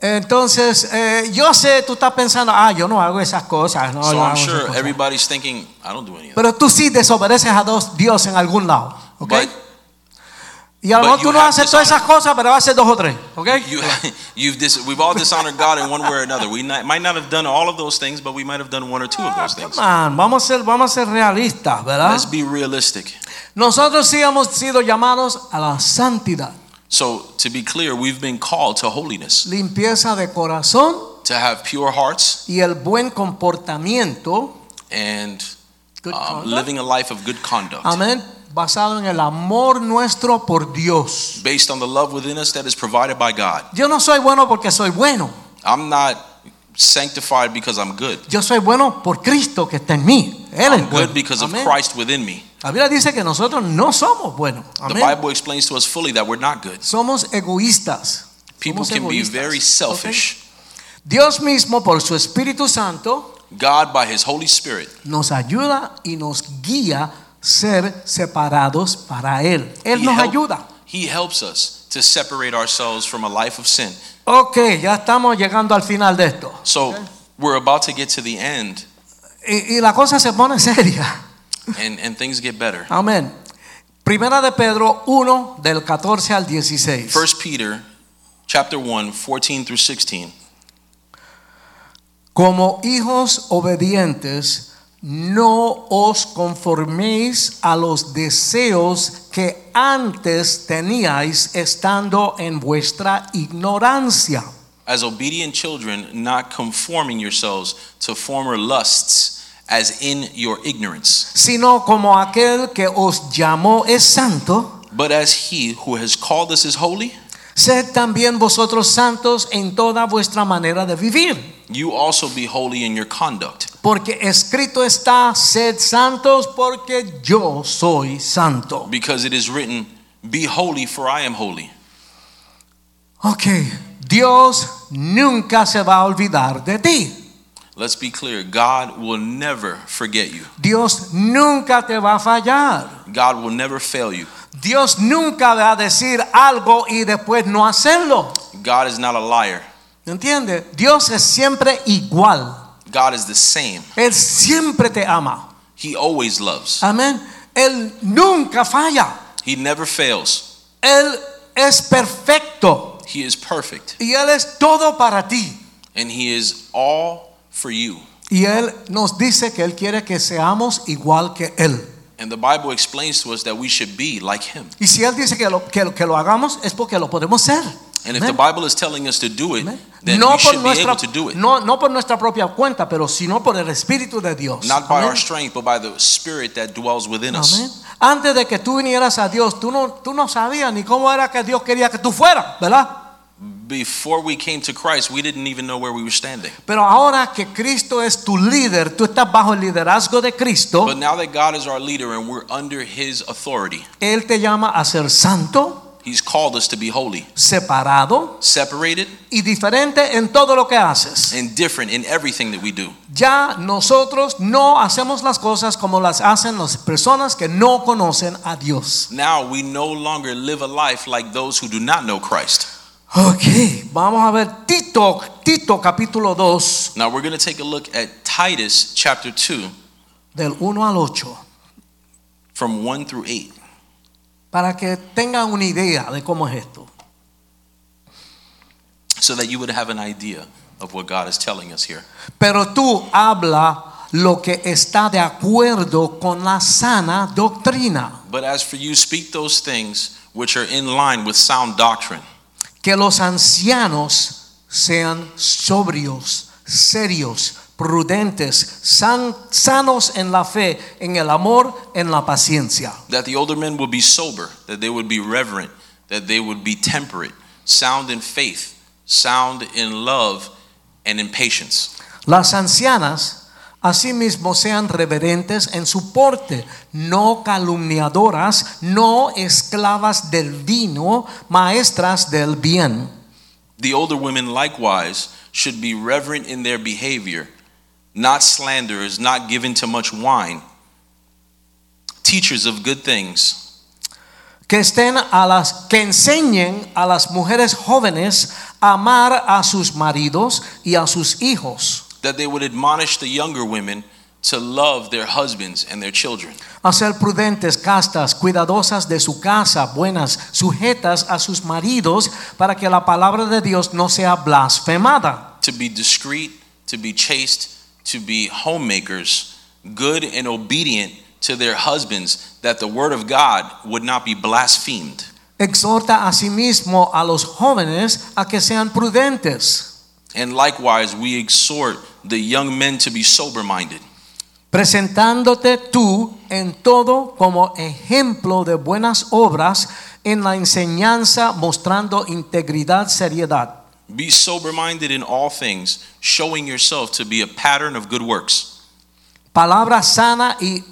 [SPEAKER 1] Entonces, eh, yo sé, tú estás pensando, ah, yo no hago esas cosas. No,
[SPEAKER 2] So,
[SPEAKER 1] no
[SPEAKER 2] I'm
[SPEAKER 1] hago esas
[SPEAKER 2] sure
[SPEAKER 1] cosas".
[SPEAKER 2] everybody's thinking, I don't do any of that.
[SPEAKER 1] Pero tú sí desobedeces a dos- Dios en algún lado. ¿ok?
[SPEAKER 2] But
[SPEAKER 1] Y a lo
[SPEAKER 2] But
[SPEAKER 1] mejor
[SPEAKER 2] you
[SPEAKER 1] tú no
[SPEAKER 2] have
[SPEAKER 1] haces todas
[SPEAKER 2] dishonored-
[SPEAKER 1] esas cosas, pero haces dos o tres. ¿Ok?
[SPEAKER 2] you, you've dis- we've all dishonored God in one way or another. We not, might not have done all of those things, but we might have done one or two of
[SPEAKER 1] Ah,
[SPEAKER 2] those things.
[SPEAKER 1] come on, vamos a ser, vamos a ser realistas, ¿verdad?
[SPEAKER 2] Let's be realistic.
[SPEAKER 1] Nosotros sí hemos sido llamados a la santidad,
[SPEAKER 2] So, to be clear, we've been called to holiness,
[SPEAKER 1] limpieza de corazón
[SPEAKER 2] to have pure hearts
[SPEAKER 1] y el buen comportamiento,
[SPEAKER 2] and
[SPEAKER 1] good
[SPEAKER 2] um,
[SPEAKER 1] conduct,
[SPEAKER 2] living a life of good conduct
[SPEAKER 1] amén, basado en el amor nuestro por Dios.
[SPEAKER 2] based on the love within us that is provided by God.
[SPEAKER 1] Yo no soy bueno porque soy bueno,
[SPEAKER 2] I'm not sanctified because I'm good.
[SPEAKER 1] yo soy bueno por Cristo que está en mí. Él
[SPEAKER 2] I'm
[SPEAKER 1] es bueno.
[SPEAKER 2] good because of
[SPEAKER 1] Amén.
[SPEAKER 2] Christ within me.
[SPEAKER 1] La Biblia dice que nosotros no somos buenos.
[SPEAKER 2] The
[SPEAKER 1] Amén.
[SPEAKER 2] Bible explains to us fully that we're not good.
[SPEAKER 1] Somos egoístas.
[SPEAKER 2] People
[SPEAKER 1] Somos
[SPEAKER 2] can be
[SPEAKER 1] egoístas,
[SPEAKER 2] very
[SPEAKER 1] ¿ok?
[SPEAKER 2] selfish.
[SPEAKER 1] Dios mismo por su Espíritu Santo
[SPEAKER 2] God, by His Holy Spirit,
[SPEAKER 1] nos ayuda y nos guía ser separados para él. Él
[SPEAKER 2] He
[SPEAKER 1] nos
[SPEAKER 2] help-
[SPEAKER 1] ayuda.
[SPEAKER 2] He helps us to separate ourselves from a life of sin.
[SPEAKER 1] Ok, ya estamos llegando al final de esto.
[SPEAKER 2] So, we're about to get to the end,
[SPEAKER 1] Y, y la cosa se pone seria.
[SPEAKER 2] and, and things get better.
[SPEAKER 1] Amén. Primera de Pedro 1 del 14 al 16.
[SPEAKER 2] First Peter chapter 1 14 through 16
[SPEAKER 1] Como hijos obedientes, no os conforméis a los deseos que antes teníais estando en vuestra ignorancia.
[SPEAKER 2] as obedient children not conforming yourselves to former lusts as in your ignorance
[SPEAKER 1] sino como aquel que os llamó es santo,
[SPEAKER 2] but as he who has called us is holy
[SPEAKER 1] sed también vosotros santos en toda vuestra manera de vivir.
[SPEAKER 2] you also be holy in your conduct
[SPEAKER 1] Porque escrito está, sed santos porque yo soy santo.
[SPEAKER 2] because it is written be holy for i am holy
[SPEAKER 1] Ok, Dios nunca se va a olvidar de ti.
[SPEAKER 2] Let's be clear God will never forget you,
[SPEAKER 1] Dios nunca te va a fallar.
[SPEAKER 2] God will never fail you.
[SPEAKER 1] Dios nunca va a decir algo y después no hacerlo.
[SPEAKER 2] God is not a liar,
[SPEAKER 1] ¿Entiendes? Dios es siempre igual.
[SPEAKER 2] God is the same.
[SPEAKER 1] Él siempre te ama.
[SPEAKER 2] He always loves,
[SPEAKER 1] Amén. Él nunca falla.
[SPEAKER 2] He never fails,
[SPEAKER 1] Él es perfecto.
[SPEAKER 2] He is perfect,
[SPEAKER 1] Y Él es todo para ti.
[SPEAKER 2] and He is all for you.
[SPEAKER 1] Y Él nos dice que Él quiere que seamos igual que Él.
[SPEAKER 2] And the Bible explains to us that we should be like Him.
[SPEAKER 1] Y si Él dice que lo, que, lo- que lo hagamos es porque lo podemos ser.
[SPEAKER 2] And if
[SPEAKER 1] Amen.
[SPEAKER 2] the Bible is telling us to do it,
[SPEAKER 1] Amén.
[SPEAKER 2] then
[SPEAKER 1] No
[SPEAKER 2] we
[SPEAKER 1] por,
[SPEAKER 2] should be
[SPEAKER 1] nuestra,
[SPEAKER 2] able to do it.
[SPEAKER 1] no, no por nuestra propia cuenta, pero sino por el Espíritu de Dios.
[SPEAKER 2] Not by
[SPEAKER 1] Amén.
[SPEAKER 2] our strength, but by the Spirit that dwells within
[SPEAKER 1] Amén.
[SPEAKER 2] us.
[SPEAKER 1] Antes de que tú vinieras a Dios, tú no, tú no sabías ni cómo era que Dios quería que tú fueras, ¿verdad?
[SPEAKER 2] Before we came to Christ, we didn't even know where we were standing.
[SPEAKER 1] Pero ahora que Cristo es tu líder, tú estás bajo el liderazgo de Cristo,
[SPEAKER 2] But now that God is our leader and we're under His authority,
[SPEAKER 1] Él te llama a ser santo,
[SPEAKER 2] He's called us to be holy,
[SPEAKER 1] separado
[SPEAKER 2] separated,
[SPEAKER 1] y diferente en todo lo que haces.
[SPEAKER 2] and different in everything that we do.
[SPEAKER 1] Ya nosotros no hacemos las cosas como las hacen las personas que no conocen a Dios.
[SPEAKER 2] Now we no longer live a life like those who do not know Christ.
[SPEAKER 1] Ok, vamos a ver Tito, Tito capítulo 2,
[SPEAKER 2] Now we're going to take a look at Titus chapter 2,
[SPEAKER 1] del 1 al 8.
[SPEAKER 2] from 1 through 8.
[SPEAKER 1] para que tengan una idea de cómo es esto.
[SPEAKER 2] so that you would have an idea of what God is telling us here.
[SPEAKER 1] Pero tú habla lo que está de acuerdo con la sana doctrina,
[SPEAKER 2] But as for you, speak those things which are in line with sound doctrine.
[SPEAKER 1] que los ancianos sean sobrios, serios, prudentes, san- sanos en la fe, en el amor, en la paciencia.
[SPEAKER 2] That the older men would be sober, that they would be reverent, that they would be temperate, sound in faith, sound in love, and in patience.
[SPEAKER 1] Las ancianas asimismo sean reverentes en su porte, no calumniadoras, no esclavas del vino, maestras del bien,
[SPEAKER 2] The older women likewise should be reverent in their behavior, not slanderers, not given to much wine, teachers of good things.
[SPEAKER 1] que estén a las que enseñen a las mujeres jóvenes a amar a sus maridos y a sus hijos,
[SPEAKER 2] that they would admonish the younger women to love their husbands and their children,
[SPEAKER 1] a ser prudentes, castas, cuidadosas de su casa, buenas, sujetas a sus maridos, para que la palabra de Dios no sea blasfemada.
[SPEAKER 2] to be discreet, to be chaste, to be homemakers, good and obedient to their husbands, that the word of God would not be blasphemed.
[SPEAKER 1] Exhorta asimismo a los jóvenes a que sean prudentes,
[SPEAKER 2] And likewise, we exhort the young men to be sober minded,
[SPEAKER 1] presentándote tú en todo como ejemplo de buenas obras en la enseñanza mostrando integridad, seriedad,
[SPEAKER 2] be sober minded in all things, showing yourself to be a pattern of good works,
[SPEAKER 1] palabra sana y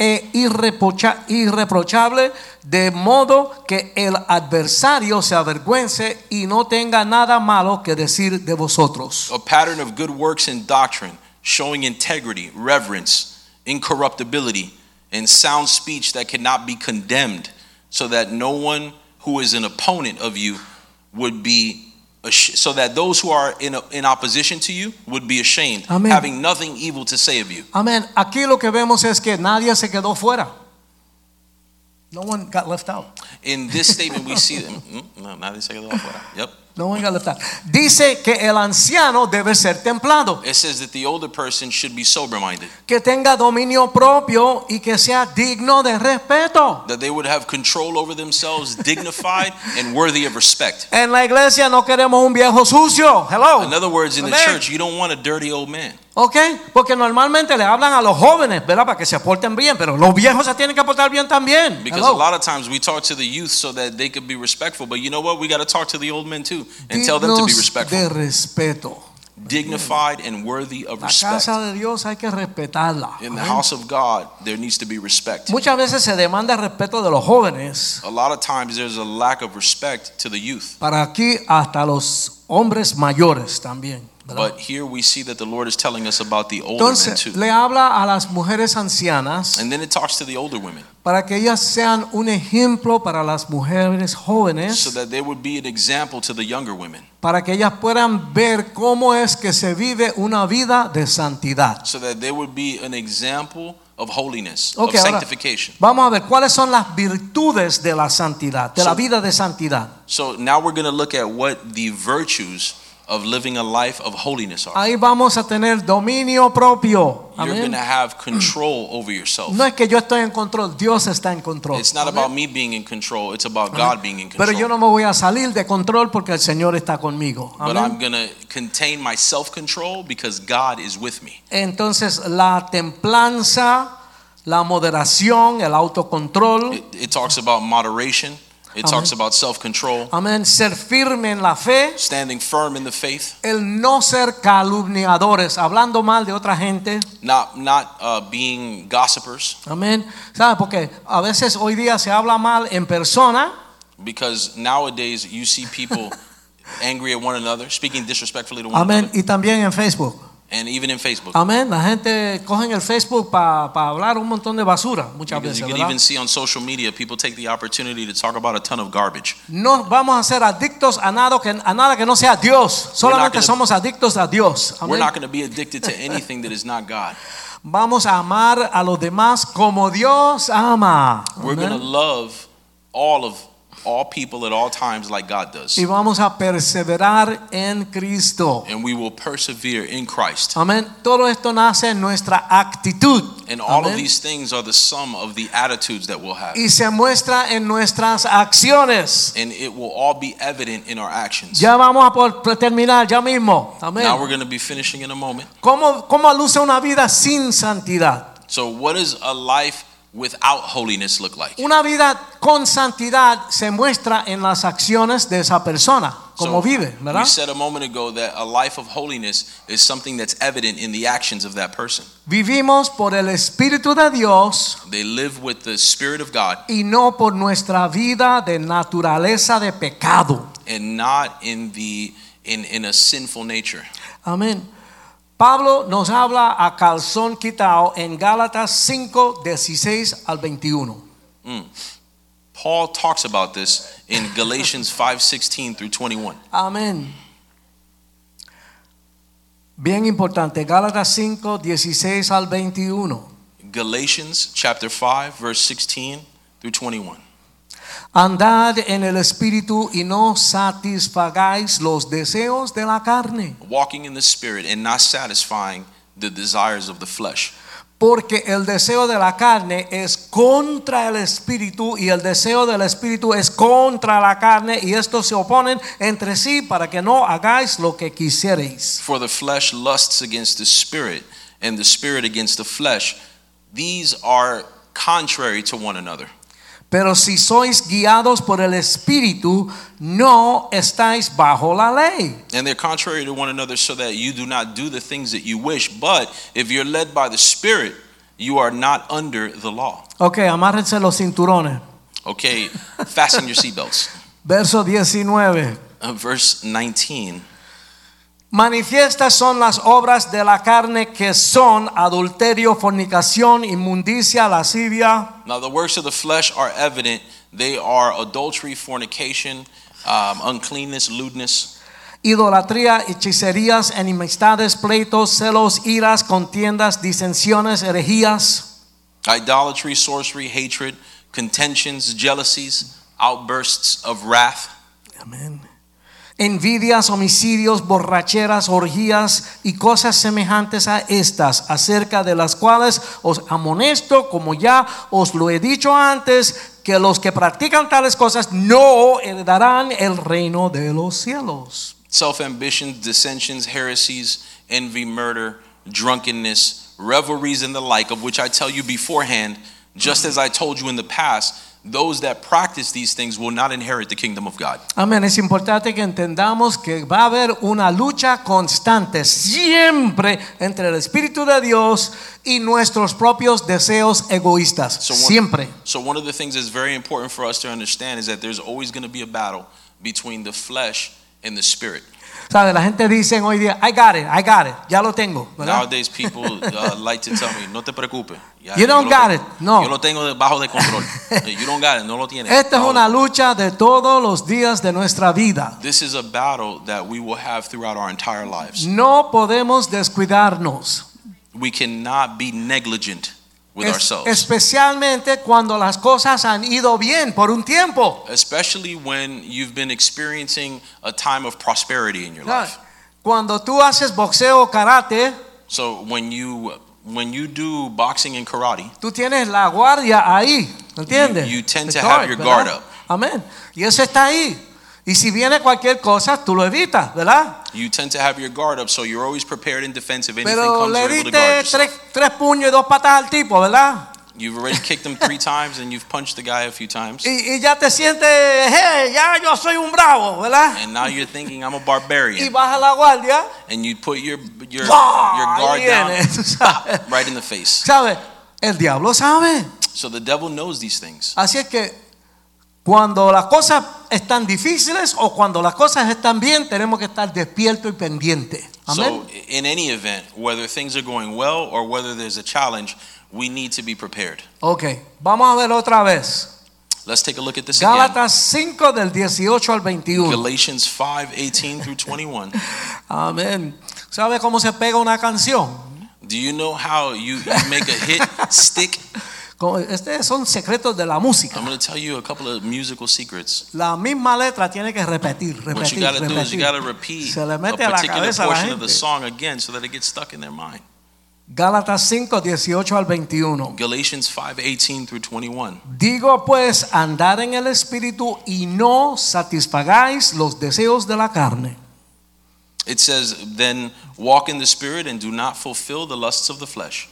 [SPEAKER 1] e irreprocha- irreprochable, de modo que el adversario se avergüence y no tenga nada malo que decir de vosotros.
[SPEAKER 2] a pattern of good works in doctrine, showing integrity, reverence, incorruptibility, and sound speech that cannot be condemned, so that no one who is an opponent of you would be, ash- so that those who are in, in opposition to you would be ashamed,
[SPEAKER 1] Amen.
[SPEAKER 2] having nothing evil to say of you.
[SPEAKER 1] Amén. Aquí lo que vemos es que nadie se quedó fuera. No one got left out.
[SPEAKER 2] In this statement, we see them. Mm, no, nadie se quedó afuera. Yep.
[SPEAKER 1] No one got left out. Dice que el anciano debe ser templado,
[SPEAKER 2] It says that the older person should be sober minded,
[SPEAKER 1] que tenga dominio propio y que sea digno de respeto.
[SPEAKER 2] that they would have control over themselves, dignified, and worthy of respect.
[SPEAKER 1] En la iglesia no queremos un viejo sucio. Hello.
[SPEAKER 2] In other words, in the
[SPEAKER 1] Amen.
[SPEAKER 2] church, you don't want a dirty old man.
[SPEAKER 1] ¿Ok? Porque normalmente le hablan a los jóvenes, ¿verdad? Para que se porten bien, pero los viejos se tienen que portar bien también.
[SPEAKER 2] Because
[SPEAKER 1] Hello.
[SPEAKER 2] a lot of times we talk to the youth so that they could be respectful. But you know what? We got to talk to the old men too and tell them to be
[SPEAKER 1] Dignos
[SPEAKER 2] respectful.
[SPEAKER 1] De respeto.
[SPEAKER 2] dignified, and worthy of
[SPEAKER 1] La
[SPEAKER 2] respect.
[SPEAKER 1] casa de Dios hay que respetarla.
[SPEAKER 2] In the
[SPEAKER 1] Amén.
[SPEAKER 2] house of God, there needs to be respect.
[SPEAKER 1] Muchas veces se demanda respeto de los jóvenes.
[SPEAKER 2] A lot of times, there's a lack of respect to the youth.
[SPEAKER 1] Para aquí hasta los hombres mayores también. ¿verdad?
[SPEAKER 2] But here we see that the Lord is telling us about the older men
[SPEAKER 1] Entonces
[SPEAKER 2] too.
[SPEAKER 1] le habla a las mujeres ancianas
[SPEAKER 2] And then it talks to the older women
[SPEAKER 1] para que ellas sean un ejemplo para las mujeres jóvenes,
[SPEAKER 2] so that they would be an example to the younger women,
[SPEAKER 1] para que ellas puedan ver cómo es que se vive una vida de santidad.
[SPEAKER 2] so that they would be an example of holiness,
[SPEAKER 1] Ok,
[SPEAKER 2] of
[SPEAKER 1] ahora
[SPEAKER 2] sanctification.
[SPEAKER 1] vamos a ver cuáles son las virtudes de la santidad, de la
[SPEAKER 2] So-
[SPEAKER 1] vida de santidad.
[SPEAKER 2] So now we're going to look at what the virtues of living a life of holiness are.
[SPEAKER 1] Ahí vamos a tener dominio propio.
[SPEAKER 2] You're
[SPEAKER 1] Amén.
[SPEAKER 2] going to have control over yourself.
[SPEAKER 1] No es que yo estoy en control, Dios está en control.
[SPEAKER 2] It's not
[SPEAKER 1] Amén.
[SPEAKER 2] about me being in control, it's about God being in uh,
[SPEAKER 1] Pero yo
[SPEAKER 2] control.
[SPEAKER 1] no me voy a salir de control porque el Señor está conmigo. Amén.
[SPEAKER 2] But I'm going to contain my self control because God is with me.
[SPEAKER 1] Entonces la templanza, la moderación, el autocontrol,
[SPEAKER 2] It, it talks about moderation, it
[SPEAKER 1] Amén.
[SPEAKER 2] talks about self control,
[SPEAKER 1] amén, ser firme en la fe,
[SPEAKER 2] standing firm in the faith,
[SPEAKER 1] el no ser calumniadores, hablando mal de otra gente,
[SPEAKER 2] not, not uh, being gossipers,
[SPEAKER 1] amén. ¿Sabe? Porque a veces hoy día se habla mal en persona,
[SPEAKER 2] because nowadays you see people angry at one another, speaking disrespectfully to one
[SPEAKER 1] amén,
[SPEAKER 2] another,
[SPEAKER 1] y también en Facebook,
[SPEAKER 2] and even in Facebook.
[SPEAKER 1] amén. La gente coge el Facebook para hablar un montón de basura muchas veces,
[SPEAKER 2] Because you can
[SPEAKER 1] ¿verdad?
[SPEAKER 2] even see on social media, people take the opportunity to talk about a ton of garbage.
[SPEAKER 1] No vamos a ser adictos a nada que, a nada que no sea Dios, solamente
[SPEAKER 2] gonna-
[SPEAKER 1] somos adictos a Dios,
[SPEAKER 2] We're
[SPEAKER 1] amén.
[SPEAKER 2] not going to be addicted to anything that is not God.
[SPEAKER 1] Vamos a amar a los demás como Dios ama.
[SPEAKER 2] We're going to
[SPEAKER 1] Amén.
[SPEAKER 2] love all of all people at all times like God does.
[SPEAKER 1] Y vamos a perseverar en Cristo.
[SPEAKER 2] And we will persevere in Christ.
[SPEAKER 1] Amén. Todo esto nace en nuestra actitud.
[SPEAKER 2] And all of
[SPEAKER 1] Amén.
[SPEAKER 2] these things are the sum of the attitudes that we'll have.
[SPEAKER 1] Y se muestra en nuestras acciones.
[SPEAKER 2] And it will all be evident in our actions.
[SPEAKER 1] Ya vamos a por terminar ya mismo. Amén.
[SPEAKER 2] Now we're going to be finishing in a moment.
[SPEAKER 1] ¿Cómo, ¿Cómo luce una vida sin santidad?
[SPEAKER 2] So, what does a life without holiness look like?
[SPEAKER 1] Una vida con santidad se muestra en las acciones de esa persona, como
[SPEAKER 2] So,
[SPEAKER 1] vive, ¿verdad?
[SPEAKER 2] We said a moment ago that a life of holiness is something that's evident in the actions of that person.
[SPEAKER 1] Vivimos por el Espíritu de Dios
[SPEAKER 2] They live with the Spirit of God
[SPEAKER 1] y no por nuestra vida de naturaleza de pecado.
[SPEAKER 2] and not in the in, in a sinful nature.
[SPEAKER 1] Amén. Pablo nos habla a calzón quitado en Gálatas 5, 16 al 21.
[SPEAKER 2] Paul talks about this in Galatians 5:16 through 21.
[SPEAKER 1] Amén. Bien importante, Gálatas 5, 16 al 21.
[SPEAKER 2] Galatians chapter 5 verse 16 through 21.
[SPEAKER 1] Andad en el Espíritu y no satisfagáis los deseos de la carne,
[SPEAKER 2] Walking in the spirit and not satisfying the desires of the flesh.
[SPEAKER 1] porque el deseo de la carne es contra el espíritu y el deseo del espíritu es contra la carne y estos se oponen entre sí para que no hagáis lo que quisierais.
[SPEAKER 2] For the flesh lusts against the spirit and the spirit against the flesh. These are contrary to one another.
[SPEAKER 1] Pero si sois guiados por el espíritu, no estáis bajo la ley.
[SPEAKER 2] And they're contrary to one another so that you do not do the things that you wish. But if you're led by the spirit, you are not under the law.
[SPEAKER 1] Ok, amárrense los cinturones.
[SPEAKER 2] Okay, fasten your seatbelts.
[SPEAKER 1] Verso 19.
[SPEAKER 2] Uh, verse 19.
[SPEAKER 1] Manifiestas son las obras de la carne que son adulterio, fornicación, inmundicia, lascivia,
[SPEAKER 2] Now, the works of the flesh are evident. They are adultery, fornication, um, uncleanness, lewdness,
[SPEAKER 1] idolatría, hechicerías, enemistades, pleitos, celos, iras, contiendas, disensiones, herejías,
[SPEAKER 2] idolatry, sorcery, hatred, contentions, jealousies, outbursts of wrath,
[SPEAKER 1] Amén. envidias, homicidios, borracheras, orgías y cosas semejantes a estas, acerca de las cuales os amonesto, como ya os lo he dicho antes, que los que practican tales cosas no heredarán el reino de los cielos.
[SPEAKER 2] self ambitions, dissensions, heresies, envy, murder, drunkenness, revelries, and the like, of which I tell you beforehand, just as I told you in the past, Those that practice these things will not inherit the kingdom of God.
[SPEAKER 1] Amén. Es importante que entendamos que va a haber una lucha constante siempre entre el Espíritu de Dios y nuestros propios deseos egoístas.
[SPEAKER 2] one-
[SPEAKER 1] siempre.
[SPEAKER 2] So one of the things that's very important for us to understand is that there's always going to be a battle between the flesh and the spirit.
[SPEAKER 1] ¿Sabe? La gente dice hoy día, I got it, I got it, ya lo tengo. ¿verdad?
[SPEAKER 2] Nowadays, people uh, like to tell me, no te preocupes. Ya,
[SPEAKER 1] You
[SPEAKER 2] yo
[SPEAKER 1] don't
[SPEAKER 2] lo
[SPEAKER 1] got
[SPEAKER 2] tengo-
[SPEAKER 1] it. No.
[SPEAKER 2] Yo lo tengo debajo de control. you don't got it. No lo tienes.
[SPEAKER 1] Esta es
[SPEAKER 2] No.
[SPEAKER 1] una lucha de todos los días de nuestra vida.
[SPEAKER 2] This is a battle that we will have throughout our entire lives.
[SPEAKER 1] No podemos descuidarnos.
[SPEAKER 2] We cannot be negligent with
[SPEAKER 1] Es-
[SPEAKER 2] ourselves.
[SPEAKER 1] especialmente cuando las cosas han ido bien por un tiempo.
[SPEAKER 2] Especially when you've been experiencing a time of prosperity in your life.
[SPEAKER 1] Cuando tú haces boxeo o karate,
[SPEAKER 2] So when you when you do boxing and karate,
[SPEAKER 1] tú tienes la guardia ahí, ¿me ¿entiendes?
[SPEAKER 2] You- you tend
[SPEAKER 1] The
[SPEAKER 2] to have your guard
[SPEAKER 1] ¿verdad?
[SPEAKER 2] up.
[SPEAKER 1] Amén. Y eso está ahí. Y si viene cualquier cosa, tú lo evitas, ¿verdad?
[SPEAKER 2] you tend to have your guard up, so you're always prepared and defensive. Anything
[SPEAKER 1] Pero
[SPEAKER 2] comes,
[SPEAKER 1] le
[SPEAKER 2] you're able to guard
[SPEAKER 1] diste
[SPEAKER 2] yourself.
[SPEAKER 1] tres, tres puños y dos patas al tipo, ¿verdad?
[SPEAKER 2] You've already kicked him three times, and you've punched the guy a few times.
[SPEAKER 1] Y, y ya te sientes, hey, ya yo soy un bravo, ¿verdad?
[SPEAKER 2] And now you're thinking I'm a
[SPEAKER 1] Y
[SPEAKER 2] barbarian,
[SPEAKER 1] baja la guardia,
[SPEAKER 2] and you put your your your
[SPEAKER 1] ¡pah!
[SPEAKER 2] guard
[SPEAKER 1] Ahí
[SPEAKER 2] down
[SPEAKER 1] viene, tú sabes.
[SPEAKER 2] right in the face.
[SPEAKER 1] ¿Sabe? El diablo sabe.
[SPEAKER 2] So the devil knows these things.
[SPEAKER 1] Así es que cuando las cosas están difíciles o cuando las cosas están bien, tenemos que estar despierto y pendiente.
[SPEAKER 2] So
[SPEAKER 1] Amén.
[SPEAKER 2] in any event, whether things are going well or whether there's a challenge, we need to be prepared.
[SPEAKER 1] ok, vamos a ver otra vez.
[SPEAKER 2] Let's take a look at this again.
[SPEAKER 1] Gálatas 5 del 18 al 21.
[SPEAKER 2] Galatians 5, 18 through 21.
[SPEAKER 1] Amén. ¿Sabe cómo se pega una canción?
[SPEAKER 2] Do you know how you, you make a hit stick?
[SPEAKER 1] Como- Estos este son secretos de la música.
[SPEAKER 2] I'm going to tell you a couple of musical secrets.
[SPEAKER 1] La misma letra tiene que repetir,
[SPEAKER 2] What
[SPEAKER 1] repetir,
[SPEAKER 2] you got to do is you
[SPEAKER 1] repetir.
[SPEAKER 2] got to repeat
[SPEAKER 1] Se le
[SPEAKER 2] a
[SPEAKER 1] mete a la
[SPEAKER 2] particular
[SPEAKER 1] cabeza a la
[SPEAKER 2] portion of the
[SPEAKER 1] gente.
[SPEAKER 2] song again so that it gets stuck in their mind.
[SPEAKER 1] Gálatas 5, 18 al 21.
[SPEAKER 2] Galatians 5, 18 through 21.
[SPEAKER 1] Digo pues, andar en el espíritu y no satisfagáis los deseos de la carne.
[SPEAKER 2] It says, Then walk in the Spirit and do not fulfill the lusts of the flesh.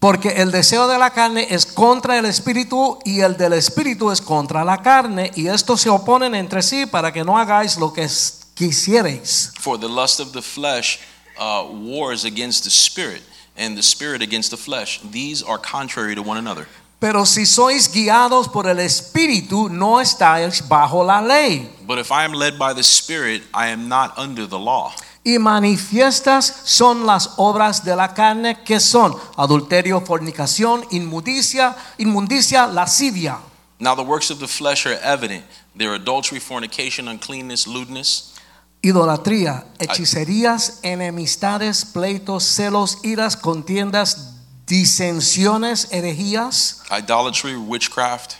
[SPEAKER 1] Porque el deseo de la carne es contra el espíritu y el del espíritu es contra la carne. Y estos se oponen entre sí para que no hagáis lo que es- quisierais.
[SPEAKER 2] For the lust of the flesh uh, wars against the Spirit, and the Spirit against the flesh. These are contrary to one another.
[SPEAKER 1] Pero si sois guiados por el espíritu, no estáis bajo la ley.
[SPEAKER 2] But if I am led by the Spirit, I am not under the law.
[SPEAKER 1] Y manifiestas son las obras de la carne que son adulterio, fornicación, inmundicia, inmundicia, lascivia.
[SPEAKER 2] Now the works of the flesh are evident. They're adultery, fornication, uncleanness, lewdness,
[SPEAKER 1] Idolatría, hechicerías, enemistades, pleitos, celos, iras, contiendas, disensiones, herejías,
[SPEAKER 2] idolatry, witchcraft,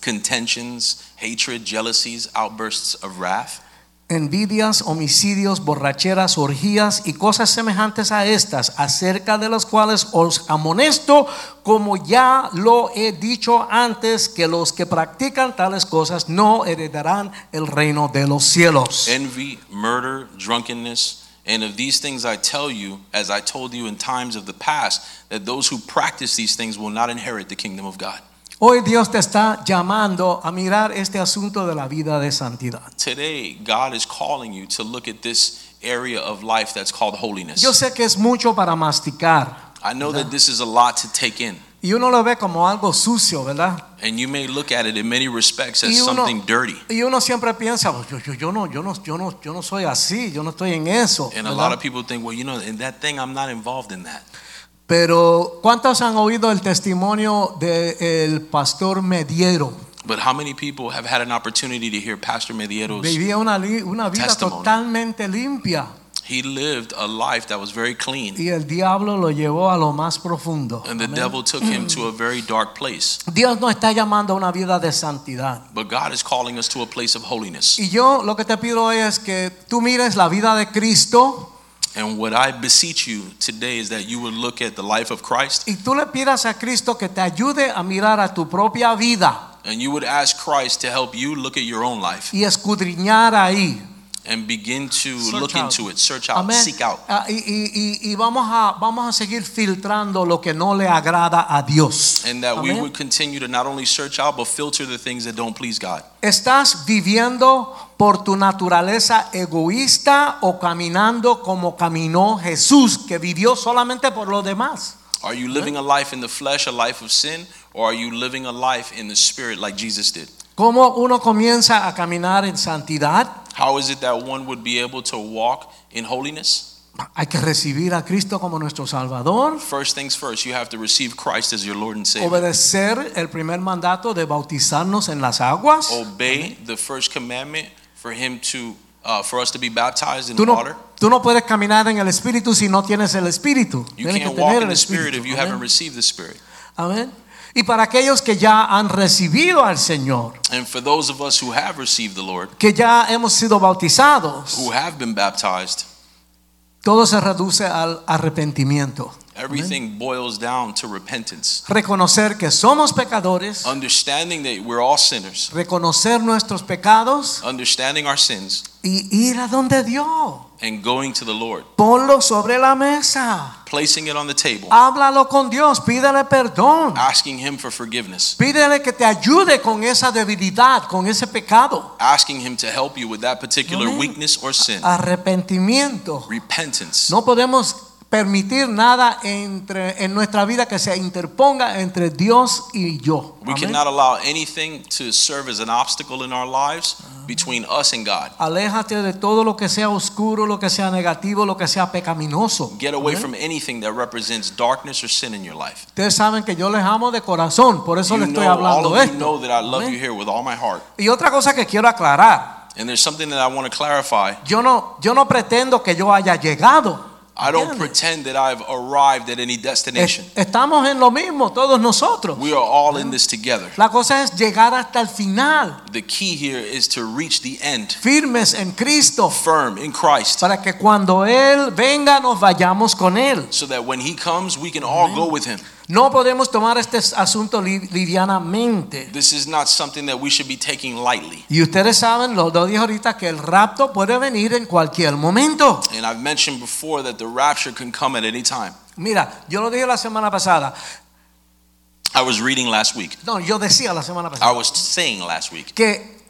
[SPEAKER 2] contentions, hatred, jealousies, outbursts of wrath,
[SPEAKER 1] envidias, homicidios, borracheras, orgías y cosas semejantes a estas, acerca de las cuales os amonesto, como ya lo he dicho antes, que los que practican tales cosas no heredarán el reino de los cielos.
[SPEAKER 2] envy, murder, drunkenness. And of these things I tell you, as I told you in times of the past, that those who practice these things will not inherit the kingdom of God.
[SPEAKER 1] Hoy Dios te está llamando a mirar este asunto de la vida de santidad.
[SPEAKER 2] Today, God is calling you to look at this area of life that's called holiness.
[SPEAKER 1] Yo sé que es mucho para masticar
[SPEAKER 2] I know that this is a lot to take in.
[SPEAKER 1] y uno lo ve como algo sucio, ¿verdad?
[SPEAKER 2] And you may look at it in many respects
[SPEAKER 1] Y
[SPEAKER 2] as
[SPEAKER 1] uno-
[SPEAKER 2] something dirty.
[SPEAKER 1] Y uno siempre piensa, "Oh, yo, yo- yo no, yo no, yo no, yo no soy así, yo no estoy en eso.
[SPEAKER 2] And a
[SPEAKER 1] ¿verdad?
[SPEAKER 2] lot of people think, well, you know, in that thing, I'm not involved in that.
[SPEAKER 1] Pero ¿cuántos han oído el testimonio del pastor Mediero?
[SPEAKER 2] But how many people have had an opportunity to hear Pastor Medieros?
[SPEAKER 1] Vivía una, li- una vida
[SPEAKER 2] Testimony.
[SPEAKER 1] totalmente limpia
[SPEAKER 2] He lived a life that was very clean,
[SPEAKER 1] y el diablo lo llevó a lo más profundo.
[SPEAKER 2] and the
[SPEAKER 1] Amén.
[SPEAKER 2] devil took him to
[SPEAKER 1] Mm.
[SPEAKER 2] a very dark place.
[SPEAKER 1] Dios nos está llamando a una vida de santidad.
[SPEAKER 2] But God is calling us to a place of holiness.
[SPEAKER 1] Y yo lo que te pido hoy es que tú mires la vida de Cristo.
[SPEAKER 2] And what I beseech you today is that you would look at the life of Christ
[SPEAKER 1] Y tú le pidas a Cristo que te ayude a mirar a tu propia vida
[SPEAKER 2] and you would ask Christ to help you look at your own life
[SPEAKER 1] y escudriñar ahí.
[SPEAKER 2] and begin to
[SPEAKER 1] Search
[SPEAKER 2] look
[SPEAKER 1] out.
[SPEAKER 2] into it, search out,
[SPEAKER 1] Amén.
[SPEAKER 2] seek out.
[SPEAKER 1] Ah, y y- y- y vamos, a, vamos a seguir filtrando lo que no le agrada a Dios.
[SPEAKER 2] And that we
[SPEAKER 1] Amén.
[SPEAKER 2] would continue to not only search out, but filter the things that don't please God.
[SPEAKER 1] ¿Estás viviendo por tu naturaleza egoísta o caminando como caminó Jesús, que vivió solamente por los demás?
[SPEAKER 2] Are you living a life in the flesh, a life of sin, or are you living a life in the spirit like Jesus did?
[SPEAKER 1] ¿Cómo uno comienza a caminar en santidad?
[SPEAKER 2] How is it that one would be able to walk in holiness?
[SPEAKER 1] Hay que recibir a Cristo como nuestro Salvador,
[SPEAKER 2] First things first, you have to receive Christ as your Lord and Savior.
[SPEAKER 1] obedecer el primer mandato de bautizarnos en las aguas.
[SPEAKER 2] Obey the first commandment for him to uh, for us to be baptized in
[SPEAKER 1] Tú no,
[SPEAKER 2] water.
[SPEAKER 1] tú no puedes caminar en el Espíritu si no tienes el Espíritu.
[SPEAKER 2] You
[SPEAKER 1] Tienes
[SPEAKER 2] can't
[SPEAKER 1] que
[SPEAKER 2] walk
[SPEAKER 1] tener
[SPEAKER 2] in
[SPEAKER 1] el
[SPEAKER 2] the spirit
[SPEAKER 1] Espíritu.
[SPEAKER 2] if you
[SPEAKER 1] Amén.
[SPEAKER 2] haven't received the spirit.
[SPEAKER 1] Amén. Y para aquellos que ya han recibido al Señor,
[SPEAKER 2] And for those of us who have received the Lord,
[SPEAKER 1] que ya hemos sido bautizados,
[SPEAKER 2] who have been baptized,
[SPEAKER 1] todo se reduce al arrepentimiento.
[SPEAKER 2] everything boils down to repentance.
[SPEAKER 1] Reconocer que somos pecadores,
[SPEAKER 2] Understanding that we're all sinners,
[SPEAKER 1] reconocer nuestros pecados
[SPEAKER 2] understanding our sins,
[SPEAKER 1] y ir a donde Dios.
[SPEAKER 2] and going to the Lord,
[SPEAKER 1] Ponlo sobre la mesa.
[SPEAKER 2] placing it on the table,
[SPEAKER 1] Háblalo con Dios, pídele perdón.
[SPEAKER 2] asking Him for forgiveness,
[SPEAKER 1] Pídele que te ayude con esa debilidad, con ese pecado.
[SPEAKER 2] asking Him to help you with that particular
[SPEAKER 1] Amén.
[SPEAKER 2] weakness or sin.
[SPEAKER 1] Arrepentimiento.
[SPEAKER 2] Repentance.
[SPEAKER 1] Ah. No podemos permitir nada entre, en nuestra vida que se interponga entre Dios y yo.
[SPEAKER 2] We
[SPEAKER 1] Amén.
[SPEAKER 2] cannot allow anything to serve as an obstacle in our lives between us and God.
[SPEAKER 1] Aléjate de todo lo que sea oscuro, lo que sea negativo, lo que sea pecaminoso.
[SPEAKER 2] Get away
[SPEAKER 1] Amén.
[SPEAKER 2] from anything that represents darkness or sin in your life.
[SPEAKER 1] Ustedes saben que yo les amo de corazón, por eso
[SPEAKER 2] You
[SPEAKER 1] les estoy
[SPEAKER 2] know, all
[SPEAKER 1] hablando
[SPEAKER 2] of you
[SPEAKER 1] esto.
[SPEAKER 2] know that I love
[SPEAKER 1] Amén.
[SPEAKER 2] you here with all my heart.
[SPEAKER 1] Y otra cosa que quiero aclarar,
[SPEAKER 2] And there's something that I want to clarify.
[SPEAKER 1] yo no, yo no pretendo que yo haya llegado.
[SPEAKER 2] I don't
[SPEAKER 1] ¿Entiendes?
[SPEAKER 2] pretend that I've arrived at any
[SPEAKER 1] Es-
[SPEAKER 2] destination.
[SPEAKER 1] Estamos en lo mismo todos nosotros.
[SPEAKER 2] We are all in this together.
[SPEAKER 1] La cosa es llegar hasta el final,
[SPEAKER 2] The key here is to reach the end,
[SPEAKER 1] firmes en Cristo.
[SPEAKER 2] firm in Christ,
[SPEAKER 1] para que cuando Él venga nos vayamos con Él.
[SPEAKER 2] so that when He comes, we can all go with Him.
[SPEAKER 1] No podemos tomar este asunto li- livianamente.
[SPEAKER 2] This is not something that we should be taking lightly.
[SPEAKER 1] Y ustedes saben, lo lo dije ahorita, que el rapto puede venir en cualquier momento.
[SPEAKER 2] And I've mentioned before that the rapture can come at any time.
[SPEAKER 1] Mira, yo lo dije la semana pasada.
[SPEAKER 2] I was reading last week.
[SPEAKER 1] No, yo decía la semana pasada
[SPEAKER 2] I was saying last week
[SPEAKER 1] que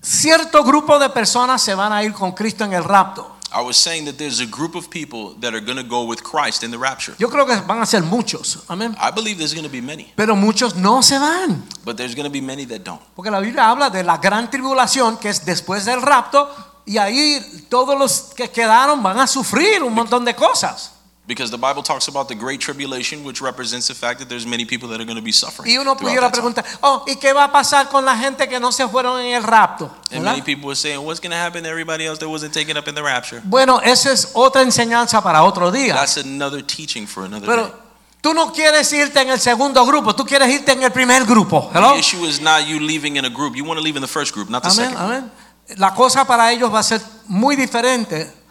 [SPEAKER 1] cierto grupo de personas se van a ir con Cristo en el rapto.
[SPEAKER 2] I was saying that there's a group of people that are going to go with Christ in the rapture.
[SPEAKER 1] Yo creo que van a ser muchos. Amén.
[SPEAKER 2] I believe there's going to be many,
[SPEAKER 1] Pero muchos no se van.
[SPEAKER 2] but there's going to be many that don't.
[SPEAKER 1] Porque la Biblia habla de la gran tribulación que es después del rapto y ahí todos los que quedaron van a sufrir un montón de cosas.
[SPEAKER 2] Because the Bible talks about the great tribulation, which represents the fact that there's many people that are going to be suffering.
[SPEAKER 1] Y uno
[SPEAKER 2] throughout
[SPEAKER 1] pudiera
[SPEAKER 2] that time.
[SPEAKER 1] preguntar, oh, ¿y qué va a pasar con la gente que no se fueron en el rapto?
[SPEAKER 2] And
[SPEAKER 1] ¿Verdad?
[SPEAKER 2] many people were saying, "What's going to happen to everybody else that wasn't taken up in the rapture?"
[SPEAKER 1] Bueno, esa es otra enseñanza para otro día.
[SPEAKER 2] That's another teaching for another day.
[SPEAKER 1] Pero tú no quieres irte en el segundo grupo, tú quieres irte en el primer grupo. Hello?
[SPEAKER 2] The issue is not you leaving in a group. You want to leave in the first group, not the
[SPEAKER 1] Amén,
[SPEAKER 2] second. group.
[SPEAKER 1] amén. La cosa para ellos va a ser muy diferente.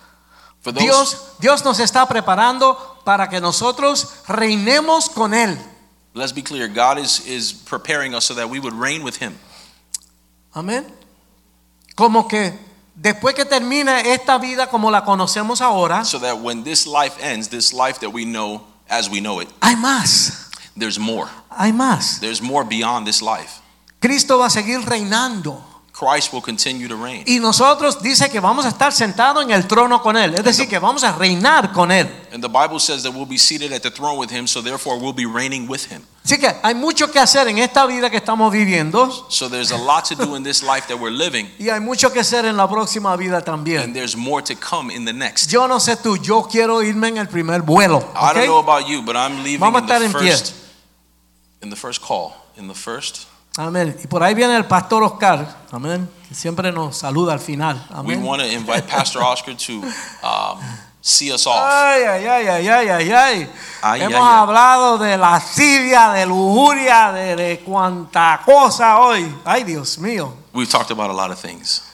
[SPEAKER 2] For those,
[SPEAKER 1] Ah. Dios, Dios nos está preparando para que nosotros reinemos con Él.
[SPEAKER 2] let's be clear. God is is preparing us so that we would reign with Him.
[SPEAKER 1] Amén. Como que después que termine esta vida como la conocemos ahora,
[SPEAKER 2] so that when this life ends, this life that we know as we know it,
[SPEAKER 1] hay más,
[SPEAKER 2] there's more.
[SPEAKER 1] hay más.
[SPEAKER 2] There's more beyond this life.
[SPEAKER 1] Cristo va a seguir reinando
[SPEAKER 2] Christ will continue to reign.
[SPEAKER 1] y nosotros dice que vamos a estar sentados en el trono con él, es decir, que vamos a reinar con él.
[SPEAKER 2] And the Bible says that we'll be seated at the throne with him, so therefore we'll be reigning with him.
[SPEAKER 1] Así que hay mucho que hacer en esta vida que estamos viviendo
[SPEAKER 2] So there's a lot to do in this life that we're living,
[SPEAKER 1] y hay mucho que hacer en la próxima vida
[SPEAKER 2] and
[SPEAKER 1] también.
[SPEAKER 2] there's more to come in the next.
[SPEAKER 1] Yo no sé tú, yo quiero irme en el primer vuelo.
[SPEAKER 2] I don't
[SPEAKER 1] ¿ok?
[SPEAKER 2] know about you, but I'm leaving
[SPEAKER 1] Vamos
[SPEAKER 2] in
[SPEAKER 1] a
[SPEAKER 2] the
[SPEAKER 1] estar en pie.
[SPEAKER 2] first in the first call, in the first.
[SPEAKER 1] Amén. Y por ahí viene el pastor Oscar. Amén. Que siempre nos saluda al final.
[SPEAKER 2] We
[SPEAKER 1] Amén.
[SPEAKER 2] want to invite Pastor Oscar to um, see us off.
[SPEAKER 1] Ay, ay, ay, ay, ay, ay, ay.
[SPEAKER 2] Ay,
[SPEAKER 1] Hemos
[SPEAKER 2] ay, ay.
[SPEAKER 1] hablado de lascivia, de lujuria, de, de cuánta cosa hoy. Ay, Dios mío.
[SPEAKER 2] We've talked about a lot of things.
[SPEAKER 1] Y,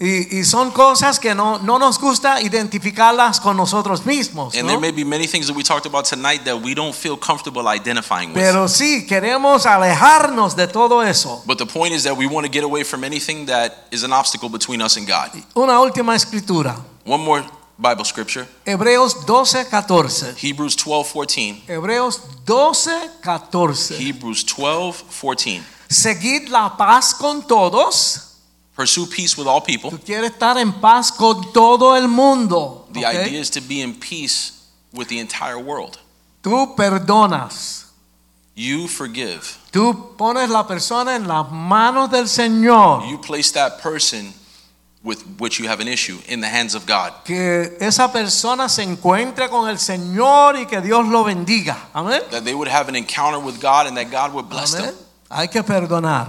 [SPEAKER 1] Y, y son cosas que no, no nos gusta identificarlas con nosotros mismos.
[SPEAKER 2] And
[SPEAKER 1] ¿no?
[SPEAKER 2] there may be many things that we talked about tonight that we don't feel comfortable identifying with.
[SPEAKER 1] Pero sí, queremos alejarnos de todo eso.
[SPEAKER 2] but the point is that we want to get away from anything that is an obstacle between us and God.
[SPEAKER 1] Una última escritura.
[SPEAKER 2] One more Bible scripture,
[SPEAKER 1] Hebreos 12, 14.
[SPEAKER 2] Hebrews 12, 14.
[SPEAKER 1] Hebreos 12, 14.
[SPEAKER 2] Hebrews 12, 14.
[SPEAKER 1] Seguid la paz con todos.
[SPEAKER 2] Pursue peace with all people.
[SPEAKER 1] Tú quieres estar en paz con todo el mundo. ¿ok?
[SPEAKER 2] The idea is to be in peace with the entire world.
[SPEAKER 1] Tú perdonas.
[SPEAKER 2] You forgive.
[SPEAKER 1] Tú pones la persona en las manos del Señor.
[SPEAKER 2] You place that person with which you have an issue in the hands of God.
[SPEAKER 1] Que esa persona se encuentre con el Señor y que Dios lo bendiga. Amén.
[SPEAKER 2] That they would have an encounter with God and that God would bless
[SPEAKER 1] Amén.
[SPEAKER 2] them.
[SPEAKER 1] Hay que perdonar.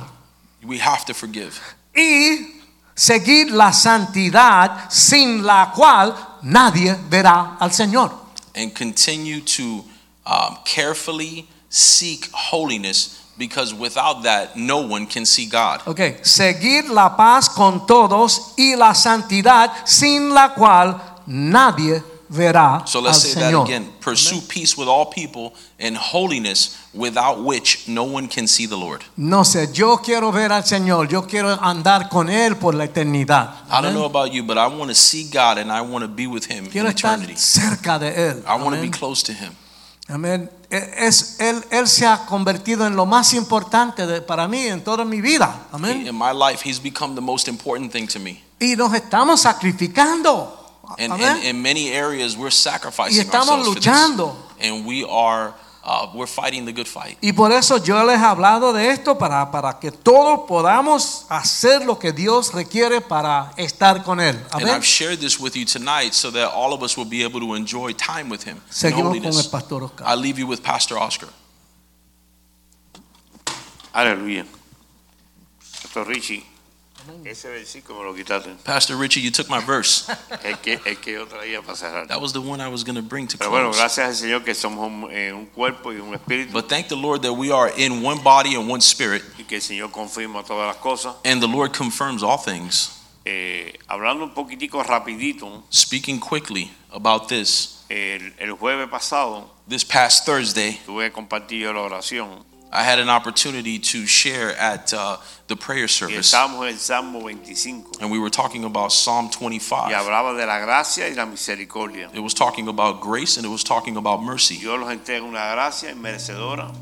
[SPEAKER 2] We have to forgive.
[SPEAKER 1] y seguir la santidad sin la cual nadie verá al Señor.
[SPEAKER 2] and continue to um, carefully seek holiness because without that, no one can see God.
[SPEAKER 1] Ok, seguir la paz con todos y la santidad sin la cual nadie verá
[SPEAKER 2] So
[SPEAKER 1] al
[SPEAKER 2] let's say that
[SPEAKER 1] Ah, Señor.
[SPEAKER 2] again. Pursue peace with all people and holiness without which no one can see the Lord.
[SPEAKER 1] No sé, yo quiero ver al Señor, yo quiero andar con Él por la eternidad.
[SPEAKER 2] I don't
[SPEAKER 1] Amén.
[SPEAKER 2] know about you, but I want to see God and I want to be with Him in
[SPEAKER 1] Quiero estar
[SPEAKER 2] eternity.
[SPEAKER 1] cerca de Él.
[SPEAKER 2] I want to
[SPEAKER 1] Amén.
[SPEAKER 2] be close to Him.
[SPEAKER 1] Amén. E- Es, él, él se ha convertido en lo más importante de- para mí en toda mi vida. Amén.
[SPEAKER 2] In my life, He's become the most important thing to me.
[SPEAKER 1] Y nos estamos sacrificando.
[SPEAKER 2] And,
[SPEAKER 1] Amén.
[SPEAKER 2] and in many areas, we're
[SPEAKER 1] y
[SPEAKER 2] sacrificing
[SPEAKER 1] estamos
[SPEAKER 2] ourselves for this.
[SPEAKER 1] luchando.
[SPEAKER 2] And we are, uh, we're fighting the good fight.
[SPEAKER 1] Y por eso yo les he hablado de esto para, para que todos podamos hacer lo que Dios requiere para estar con Él.
[SPEAKER 2] And
[SPEAKER 1] Amén.
[SPEAKER 2] I've shared this with you tonight so that all of us will be able to enjoy time with him. in
[SPEAKER 1] Seguimos con el
[SPEAKER 2] holiness.
[SPEAKER 1] pastor Oscar.
[SPEAKER 2] I leave you with Pastor Oscar.
[SPEAKER 3] Aleluya. Pastor Richie, ese versículo me lo quitaste.
[SPEAKER 2] Pastor Richie, you took my verse.
[SPEAKER 3] Es que, es que yo traía para cerrar.
[SPEAKER 2] That was the one I was going to bring to
[SPEAKER 3] Pero bueno,
[SPEAKER 2] close.
[SPEAKER 3] gracias al Señor que somos un, eh, un cuerpo y un espíritu
[SPEAKER 2] But thank the Lord that we are in one body and one spirit,
[SPEAKER 3] y que el Señor confirma todas las cosas.
[SPEAKER 2] and the Lord confirms all things.
[SPEAKER 3] Eh, hablando un poquitico rapidito,
[SPEAKER 2] Speaking quickly about this,
[SPEAKER 3] el, el jueves pasado
[SPEAKER 2] this past Thursday,
[SPEAKER 3] tuve que compartir yo la oración
[SPEAKER 2] I had an opportunity to share at uh, the prayer
[SPEAKER 3] y
[SPEAKER 2] service,
[SPEAKER 3] estábamos en el Salmo 25
[SPEAKER 2] and we were talking about Psalm
[SPEAKER 3] y
[SPEAKER 2] 25.
[SPEAKER 3] hablaba de la gracia y la misericordia.
[SPEAKER 2] It was talking about grace and it was talking about mercy.
[SPEAKER 3] Dios los entrega una gracia inmerecedora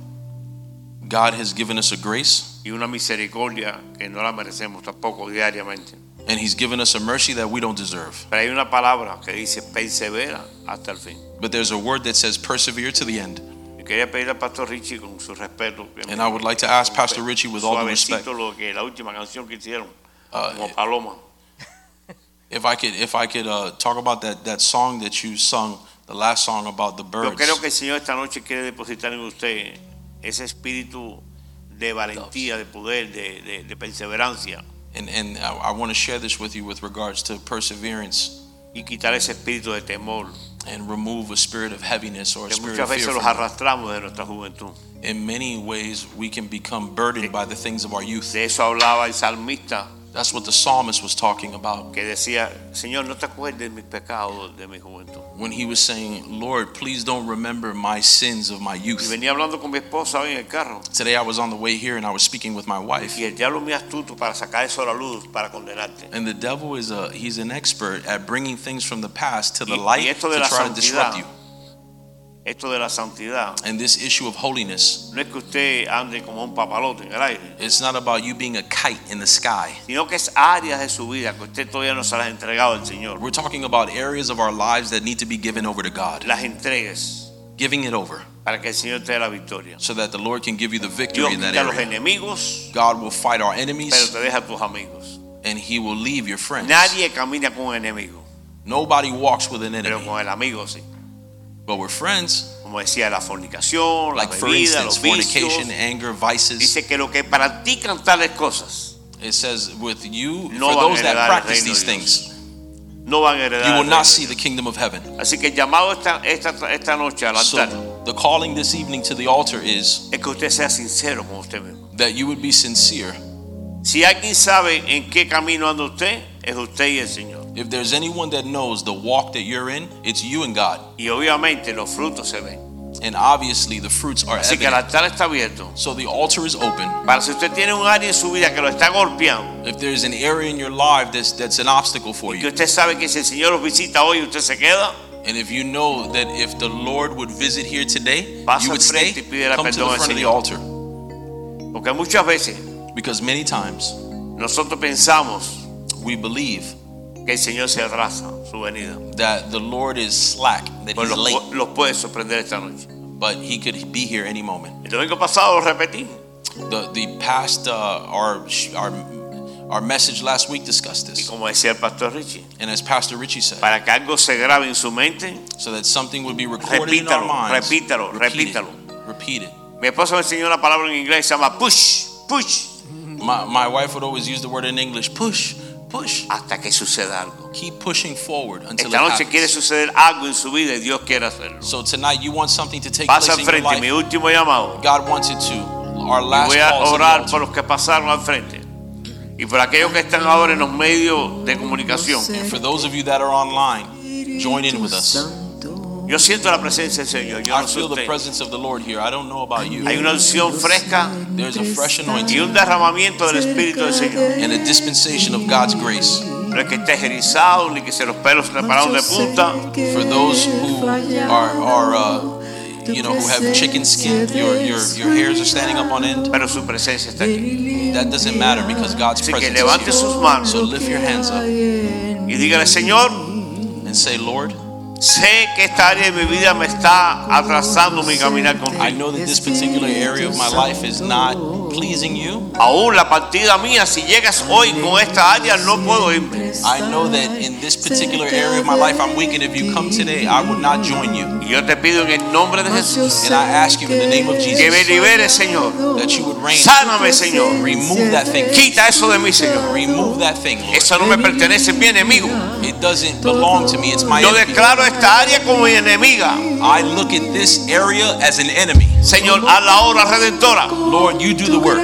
[SPEAKER 2] God has given us a grace.
[SPEAKER 3] y una misericordia que no la merecemos tampoco diariamente.
[SPEAKER 2] and he's given us a mercy that we don't deserve.
[SPEAKER 3] Pero hay una palabra que dice persevera hasta el fin.
[SPEAKER 2] But there's a word that says persevere to the end.
[SPEAKER 3] Y quería pedir al pastor Richie con su respeto.
[SPEAKER 2] And I would like to ask Pastor Richie with all due
[SPEAKER 3] Suavecito
[SPEAKER 2] respect.
[SPEAKER 3] lo que la última canción que hicieron,
[SPEAKER 2] Uh,
[SPEAKER 3] como paloma.
[SPEAKER 2] if I could, if I could uh, talk about that that song that you sung, the last song about the
[SPEAKER 3] Yo
[SPEAKER 2] birds,
[SPEAKER 3] creo que el Señor esta noche quiere depositar en usted ese espíritu de valentía, de poder, de, de- de perseverancia
[SPEAKER 2] and and I, I want to share this with you with regards to perseverance
[SPEAKER 3] y quitar ese espíritu de temor
[SPEAKER 2] and remove a spirit of heaviness or a
[SPEAKER 3] que
[SPEAKER 2] spirit of
[SPEAKER 3] muchas
[SPEAKER 2] fear.
[SPEAKER 3] veces los
[SPEAKER 2] from you.
[SPEAKER 3] arrastramos de nuestra juventud.
[SPEAKER 2] In many ways, we can become burdened by the things of our youth.
[SPEAKER 3] De eso hablaba el salmista
[SPEAKER 2] That's what the psalmist was talking about
[SPEAKER 3] que decía, Señor, no te acuerdes de mis pecados de mi juventud.
[SPEAKER 2] when he was saying, "Lord, please don't remember my sins of my
[SPEAKER 3] Y
[SPEAKER 2] youth."
[SPEAKER 3] venía hablando con mi esposa hoy en el carro.
[SPEAKER 2] Today I was on the way here and I was speaking with my wife.
[SPEAKER 3] Y el diablo muy astuto para sacar eso a la luz, para condenarte.
[SPEAKER 2] And the devil is a he's an expert at bringing things from the past to the
[SPEAKER 3] Y- y
[SPEAKER 2] light
[SPEAKER 3] esto
[SPEAKER 2] to
[SPEAKER 3] de la
[SPEAKER 2] try to disrupt
[SPEAKER 3] santidad.
[SPEAKER 2] you.
[SPEAKER 3] Esto de la santidad
[SPEAKER 2] And this issue of holiness,
[SPEAKER 3] no es que usted ande como un papalote en el aire,
[SPEAKER 2] it's not about you being a kite in the sky.
[SPEAKER 3] sino que es áreas de su vida que usted todavía no se las ha entregado al Señor.
[SPEAKER 2] We're talking about areas of our lives that need to be given over to God.
[SPEAKER 3] Las entregues
[SPEAKER 2] Giving it over
[SPEAKER 3] para que el Señor te dé la victoria.
[SPEAKER 2] so that the Lord can give you the
[SPEAKER 3] Dios
[SPEAKER 2] victory in that
[SPEAKER 3] quita a los
[SPEAKER 2] area.
[SPEAKER 3] enemigos,
[SPEAKER 2] God will fight our
[SPEAKER 3] pero
[SPEAKER 2] enemies
[SPEAKER 3] te deja a tus amigos.
[SPEAKER 2] and he will leave your friends.
[SPEAKER 3] Nadie camina con un enemigo,
[SPEAKER 2] Nobody walks with an
[SPEAKER 3] pero
[SPEAKER 2] enemy.
[SPEAKER 3] con el amigo sí.
[SPEAKER 2] But we're friends.
[SPEAKER 3] Como decía, la fornicación, la
[SPEAKER 2] Like for
[SPEAKER 3] bebida,
[SPEAKER 2] instance,
[SPEAKER 3] los vicios.
[SPEAKER 2] fornication, anger, vices.
[SPEAKER 3] Dice que los que practican tales cosas
[SPEAKER 2] It says with you
[SPEAKER 3] No
[SPEAKER 2] for
[SPEAKER 3] van a
[SPEAKER 2] those
[SPEAKER 3] heredar el
[SPEAKER 2] that practice
[SPEAKER 3] reino
[SPEAKER 2] these
[SPEAKER 3] de Dios.
[SPEAKER 2] things.
[SPEAKER 3] no van a heredar.
[SPEAKER 2] you will
[SPEAKER 3] el
[SPEAKER 2] not
[SPEAKER 3] reino
[SPEAKER 2] see the
[SPEAKER 3] de
[SPEAKER 2] kingdom of heaven.
[SPEAKER 3] Dios. Así que el llamado esta, esta, esta noche al altar
[SPEAKER 2] So the calling this evening to the altar is
[SPEAKER 3] es que usted sea sincero con usted mismo.
[SPEAKER 2] that you would be sincere.
[SPEAKER 3] Si alguien sabe en qué camino anda usted, es usted y el Señor.
[SPEAKER 2] If there's anyone that knows the walk that you're in, it's you and God.
[SPEAKER 3] Y obviamente los frutos se ven.
[SPEAKER 2] And obviously, the fruits are
[SPEAKER 3] Así que el
[SPEAKER 2] evident.
[SPEAKER 3] altar está abierto.
[SPEAKER 2] So the altar is open.
[SPEAKER 3] Para si usted tiene un área en su vida que lo está golpeando,
[SPEAKER 2] If there's an area in your life that's, that's an obstacle for
[SPEAKER 3] que
[SPEAKER 2] you,
[SPEAKER 3] usted sabe que si el Señor los visita hoy, usted se queda,
[SPEAKER 2] and if you know that if the Lord would visit here today,
[SPEAKER 3] Pasa
[SPEAKER 2] you would
[SPEAKER 3] al
[SPEAKER 2] stay,
[SPEAKER 3] frente y pídele
[SPEAKER 2] come to the
[SPEAKER 3] perdón al
[SPEAKER 2] front of the
[SPEAKER 3] Señor.
[SPEAKER 2] altar.
[SPEAKER 3] porque muchas veces
[SPEAKER 2] Because many times
[SPEAKER 3] nosotros pensamos
[SPEAKER 2] we believe
[SPEAKER 3] que el Señor se atrasa su venida.
[SPEAKER 2] that the Lord is slack, that
[SPEAKER 3] Pues
[SPEAKER 2] he's
[SPEAKER 3] los,
[SPEAKER 2] late,
[SPEAKER 3] pu- los puede sorprender esta noche.
[SPEAKER 2] but he could be here any moment.
[SPEAKER 3] El domingo pasado lo repetí.
[SPEAKER 2] The, the past, uh, our, our, our message last week discussed
[SPEAKER 3] Y
[SPEAKER 2] this.
[SPEAKER 3] como decía el pastor Richie,
[SPEAKER 2] And as Pastor Richie said,
[SPEAKER 3] para que algo se grabe en su mente,
[SPEAKER 2] so that something would be recorded in
[SPEAKER 3] Repítalo,
[SPEAKER 2] our minds.
[SPEAKER 3] repítalo,
[SPEAKER 2] repeat it,
[SPEAKER 3] repítalo.
[SPEAKER 2] Repeat it.
[SPEAKER 3] mi esposo me enseñó una palabra en inglés, se llama push, push,
[SPEAKER 2] My, my wife would always use the word in English push, push.
[SPEAKER 3] hasta que suceda algo.
[SPEAKER 2] Keep pushing forward until
[SPEAKER 3] Esta noche
[SPEAKER 2] it
[SPEAKER 3] quiere
[SPEAKER 2] happens.
[SPEAKER 3] suceder algo en su vida y Dios quiere hacerlo.
[SPEAKER 2] So tonight you want something to take
[SPEAKER 3] Pasa
[SPEAKER 2] place
[SPEAKER 3] al
[SPEAKER 2] in your
[SPEAKER 3] frente, mi
[SPEAKER 2] life.
[SPEAKER 3] último llamado.
[SPEAKER 2] God wants it to. Our
[SPEAKER 3] Y
[SPEAKER 2] last
[SPEAKER 3] voy a
[SPEAKER 2] call is in the
[SPEAKER 3] orar
[SPEAKER 2] altar.
[SPEAKER 3] por los que pasaron al frente y por aquellos que están ahora en los medios de comunicación.
[SPEAKER 2] And for those of you that are online, join in with us.
[SPEAKER 3] Yo siento la presencia del Señor. Yo
[SPEAKER 2] I
[SPEAKER 3] no sé
[SPEAKER 2] feel the
[SPEAKER 3] usted.
[SPEAKER 2] presence of the Lord here. I don't know about you.
[SPEAKER 3] Hay una unción fresca
[SPEAKER 2] There's a fresh
[SPEAKER 3] y
[SPEAKER 2] anointing
[SPEAKER 3] un derramamiento del Espíritu del Señor.
[SPEAKER 2] and a dispensation of God's grace
[SPEAKER 3] No es que esté erizado ni que se los pelos le pararon de punta.
[SPEAKER 2] for those who are are uh, you know who have chicken skin. Your your your hairs are standing up on end.
[SPEAKER 3] pero su presencia está aquí.
[SPEAKER 2] That doesn't matter because God's
[SPEAKER 3] Así que
[SPEAKER 2] presence
[SPEAKER 3] levante
[SPEAKER 2] is
[SPEAKER 3] sus
[SPEAKER 2] here.
[SPEAKER 3] manos
[SPEAKER 2] So lift your hands up
[SPEAKER 3] y dígale, Señor,
[SPEAKER 2] and say, Lord,
[SPEAKER 3] sé que esta área de mi vida me está atrasando mi caminar
[SPEAKER 2] I
[SPEAKER 3] contigo.
[SPEAKER 2] know that this particular area of my life is not pleasing you.
[SPEAKER 3] Aún la partida mía, si llegas hoy con esta área, no puedo irme.
[SPEAKER 2] I know that in this particular area of my life, I'm weak, and if you come today, I would not join you.
[SPEAKER 3] Y yo te pido en el nombre de Jesús
[SPEAKER 2] And I ask you in the name of
[SPEAKER 3] que me
[SPEAKER 2] Jesus
[SPEAKER 3] libere, Señor.
[SPEAKER 2] that you would reign.
[SPEAKER 3] Sáname, Señor.
[SPEAKER 2] Remove that thing.
[SPEAKER 3] Quita eso de mí, Señor.
[SPEAKER 2] Remove that thing, Lord.
[SPEAKER 3] Eso no me pertenece, es mi enemigo.
[SPEAKER 2] It doesn't belong to me. It's my
[SPEAKER 3] Yo
[SPEAKER 2] enemy.
[SPEAKER 3] declaro esta área como mi enemiga.
[SPEAKER 2] I look at this area as an enemy.
[SPEAKER 3] Señor, a la hora redentora,
[SPEAKER 2] Lord, you do the work.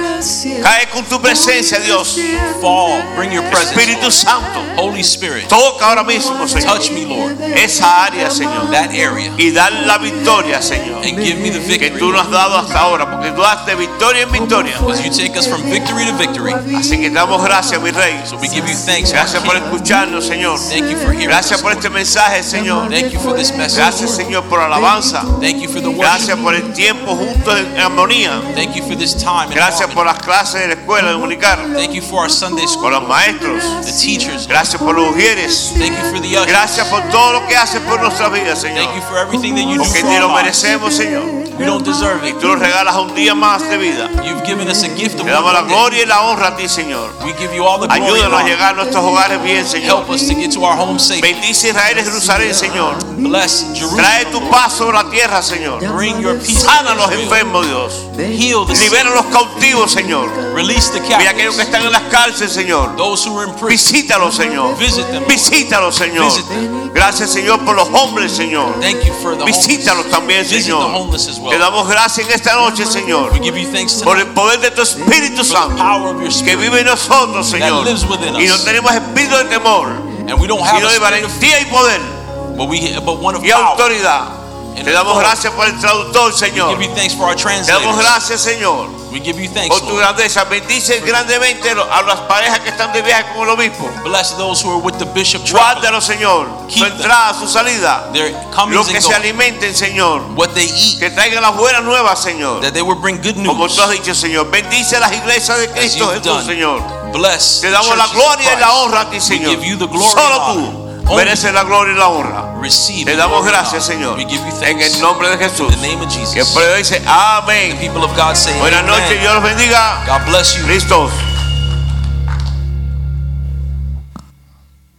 [SPEAKER 3] cae con tu presencia, Dios.
[SPEAKER 2] Fall. Bring your presence.
[SPEAKER 3] Espíritu Santo,
[SPEAKER 2] Holy Spirit,
[SPEAKER 3] toca ahora mismo, Señor.
[SPEAKER 2] touch me, Lord.
[SPEAKER 3] Esa área, Señor.
[SPEAKER 2] That area.
[SPEAKER 3] y dar la victoria, Señor,
[SPEAKER 2] And give me the
[SPEAKER 3] que
[SPEAKER 2] victory.
[SPEAKER 3] tú nos has dado hasta ahora, porque tú das de victoria en victoria.
[SPEAKER 2] Because you take us from victory to victory.
[SPEAKER 3] Así que damos gracias, mi Rey.
[SPEAKER 2] So we give you thanks. our
[SPEAKER 3] Gracias por
[SPEAKER 2] King.
[SPEAKER 3] escucharnos, Señor.
[SPEAKER 2] Thank you for hearing
[SPEAKER 3] Gracias
[SPEAKER 2] us.
[SPEAKER 3] por este mensaje, Señor.
[SPEAKER 2] Thank you for this
[SPEAKER 3] Gracias,
[SPEAKER 2] message. Lord.
[SPEAKER 3] Señor, por la alabanza.
[SPEAKER 2] Thank you for the
[SPEAKER 3] Gracias
[SPEAKER 2] worship.
[SPEAKER 3] por el tiempo juntos en armonía.
[SPEAKER 2] Thank you for this time. in
[SPEAKER 3] Gracias por
[SPEAKER 2] harmony.
[SPEAKER 3] las clases de la escuela dominical,
[SPEAKER 2] Thank you for our Sunday
[SPEAKER 3] por
[SPEAKER 2] school,
[SPEAKER 3] los maestros.
[SPEAKER 2] the teachers. Lord.
[SPEAKER 3] Gracias por los mujeres.
[SPEAKER 2] Thank you for the ushers.
[SPEAKER 3] Gracias por todo lo que haces por nuestra vida,
[SPEAKER 2] Thank you
[SPEAKER 3] Señor.
[SPEAKER 2] for everything that you do
[SPEAKER 3] Porque
[SPEAKER 2] for
[SPEAKER 3] ni
[SPEAKER 2] our
[SPEAKER 3] lo
[SPEAKER 2] lives.
[SPEAKER 3] merecemos, Señor.
[SPEAKER 2] We don't deserve
[SPEAKER 3] Tú
[SPEAKER 2] it.
[SPEAKER 3] nos regalas un día más de vida.
[SPEAKER 2] You've given us a gift of
[SPEAKER 3] Te damos la
[SPEAKER 2] one more day.
[SPEAKER 3] gloria y la honra a ti, Señor.
[SPEAKER 2] We give you all the glory. and
[SPEAKER 3] Ayúdanos a
[SPEAKER 2] honor.
[SPEAKER 3] llegar a nuestros hogares bien, Señor.
[SPEAKER 2] Help us to get to our home safe.
[SPEAKER 3] Bendice Israel y Jerusalén, Señor.
[SPEAKER 2] Bless
[SPEAKER 3] Trae
[SPEAKER 2] Jerusalem.
[SPEAKER 3] tu paz sobre la tierra, Señor.
[SPEAKER 2] Bring your peace.
[SPEAKER 3] Sana a los
[SPEAKER 2] to Israel.
[SPEAKER 3] enfermos, Dios.
[SPEAKER 2] Heal the sick.
[SPEAKER 3] Libera a los cautivos, Señor.
[SPEAKER 2] Release the
[SPEAKER 3] Mira aquellos que
[SPEAKER 2] captives.
[SPEAKER 3] están en las cárceles, Señor.
[SPEAKER 2] Those who are in prison.
[SPEAKER 3] Visítalos, Señor.
[SPEAKER 2] Visit them. Lord.
[SPEAKER 3] Visítalos, Señor.
[SPEAKER 2] Visit them.
[SPEAKER 3] Gracias, Señor, por los hombres, Señor.
[SPEAKER 2] Thank you for the
[SPEAKER 3] Visítalos
[SPEAKER 2] homeless.
[SPEAKER 3] también,
[SPEAKER 2] Visit the
[SPEAKER 3] Señor.
[SPEAKER 2] homeless as
[SPEAKER 3] Te
[SPEAKER 2] well.
[SPEAKER 3] damos gracias en esta noche, Señor.
[SPEAKER 2] We give you thanks
[SPEAKER 3] Por
[SPEAKER 2] tonight
[SPEAKER 3] el poder de tu Espíritu
[SPEAKER 2] for the
[SPEAKER 3] Santo.
[SPEAKER 2] power of your
[SPEAKER 3] que
[SPEAKER 2] spirit.
[SPEAKER 3] vive en nosotros, Señor.
[SPEAKER 2] lives within us.
[SPEAKER 3] Y no tenemos espíritu de temor,
[SPEAKER 2] And we don't have
[SPEAKER 3] sino
[SPEAKER 2] a
[SPEAKER 3] de
[SPEAKER 2] spirit of
[SPEAKER 3] valentía y poder
[SPEAKER 2] but we but one of
[SPEAKER 3] y
[SPEAKER 2] power.
[SPEAKER 3] autoridad.
[SPEAKER 2] And
[SPEAKER 3] Te damos
[SPEAKER 2] authority.
[SPEAKER 3] gracias por el traductor,
[SPEAKER 2] We
[SPEAKER 3] Señor.
[SPEAKER 2] give you thanks for our
[SPEAKER 3] Te damos
[SPEAKER 2] translators.
[SPEAKER 3] gracias, Señor,
[SPEAKER 2] We give you thanks,
[SPEAKER 3] por tu
[SPEAKER 2] Lord.
[SPEAKER 3] grandeza. Bendice grandemente a las parejas que están de viaje como el obispo.
[SPEAKER 2] Bless those who are with the bishop traveling.
[SPEAKER 3] Guárdalo, Señor. Su
[SPEAKER 2] Keep them.
[SPEAKER 3] entrada, su salida.
[SPEAKER 2] Their
[SPEAKER 3] Lo
[SPEAKER 2] comings
[SPEAKER 3] que
[SPEAKER 2] and
[SPEAKER 3] se
[SPEAKER 2] goings.
[SPEAKER 3] alimenten, Señor.
[SPEAKER 2] What they eat.
[SPEAKER 3] Que traigan las buenas nuevas, Señor.
[SPEAKER 2] That they will bring good
[SPEAKER 3] Como
[SPEAKER 2] news.
[SPEAKER 3] tú has dicho, Señor. Bendice a las iglesias de
[SPEAKER 2] As
[SPEAKER 3] Cristo
[SPEAKER 2] you've
[SPEAKER 3] Jesús,
[SPEAKER 2] done.
[SPEAKER 3] Señor.
[SPEAKER 2] Bless.
[SPEAKER 3] Te
[SPEAKER 2] the
[SPEAKER 3] damos
[SPEAKER 2] churches
[SPEAKER 3] la
[SPEAKER 2] of
[SPEAKER 3] gloria y la
[SPEAKER 2] Christ.
[SPEAKER 3] honra a ti,
[SPEAKER 2] We
[SPEAKER 3] Señor.
[SPEAKER 2] give you the glory and
[SPEAKER 3] Solo
[SPEAKER 2] honor.
[SPEAKER 3] tú
[SPEAKER 2] Only
[SPEAKER 3] mereces la gloria y la honra.
[SPEAKER 2] Receive.
[SPEAKER 3] Te
[SPEAKER 2] the
[SPEAKER 3] damos
[SPEAKER 2] glory and
[SPEAKER 3] gracias,
[SPEAKER 2] honor.
[SPEAKER 3] Señor.
[SPEAKER 2] We give you
[SPEAKER 3] En
[SPEAKER 2] thanks.
[SPEAKER 3] el nombre de Jesús.
[SPEAKER 2] In the name of Jesus.
[SPEAKER 3] Que el pueblo dice
[SPEAKER 2] The
[SPEAKER 3] amén.
[SPEAKER 2] people of God say,
[SPEAKER 3] Buenas noches,
[SPEAKER 2] Amen.
[SPEAKER 3] Dios los bendiga.
[SPEAKER 2] God bless you.
[SPEAKER 3] Listos.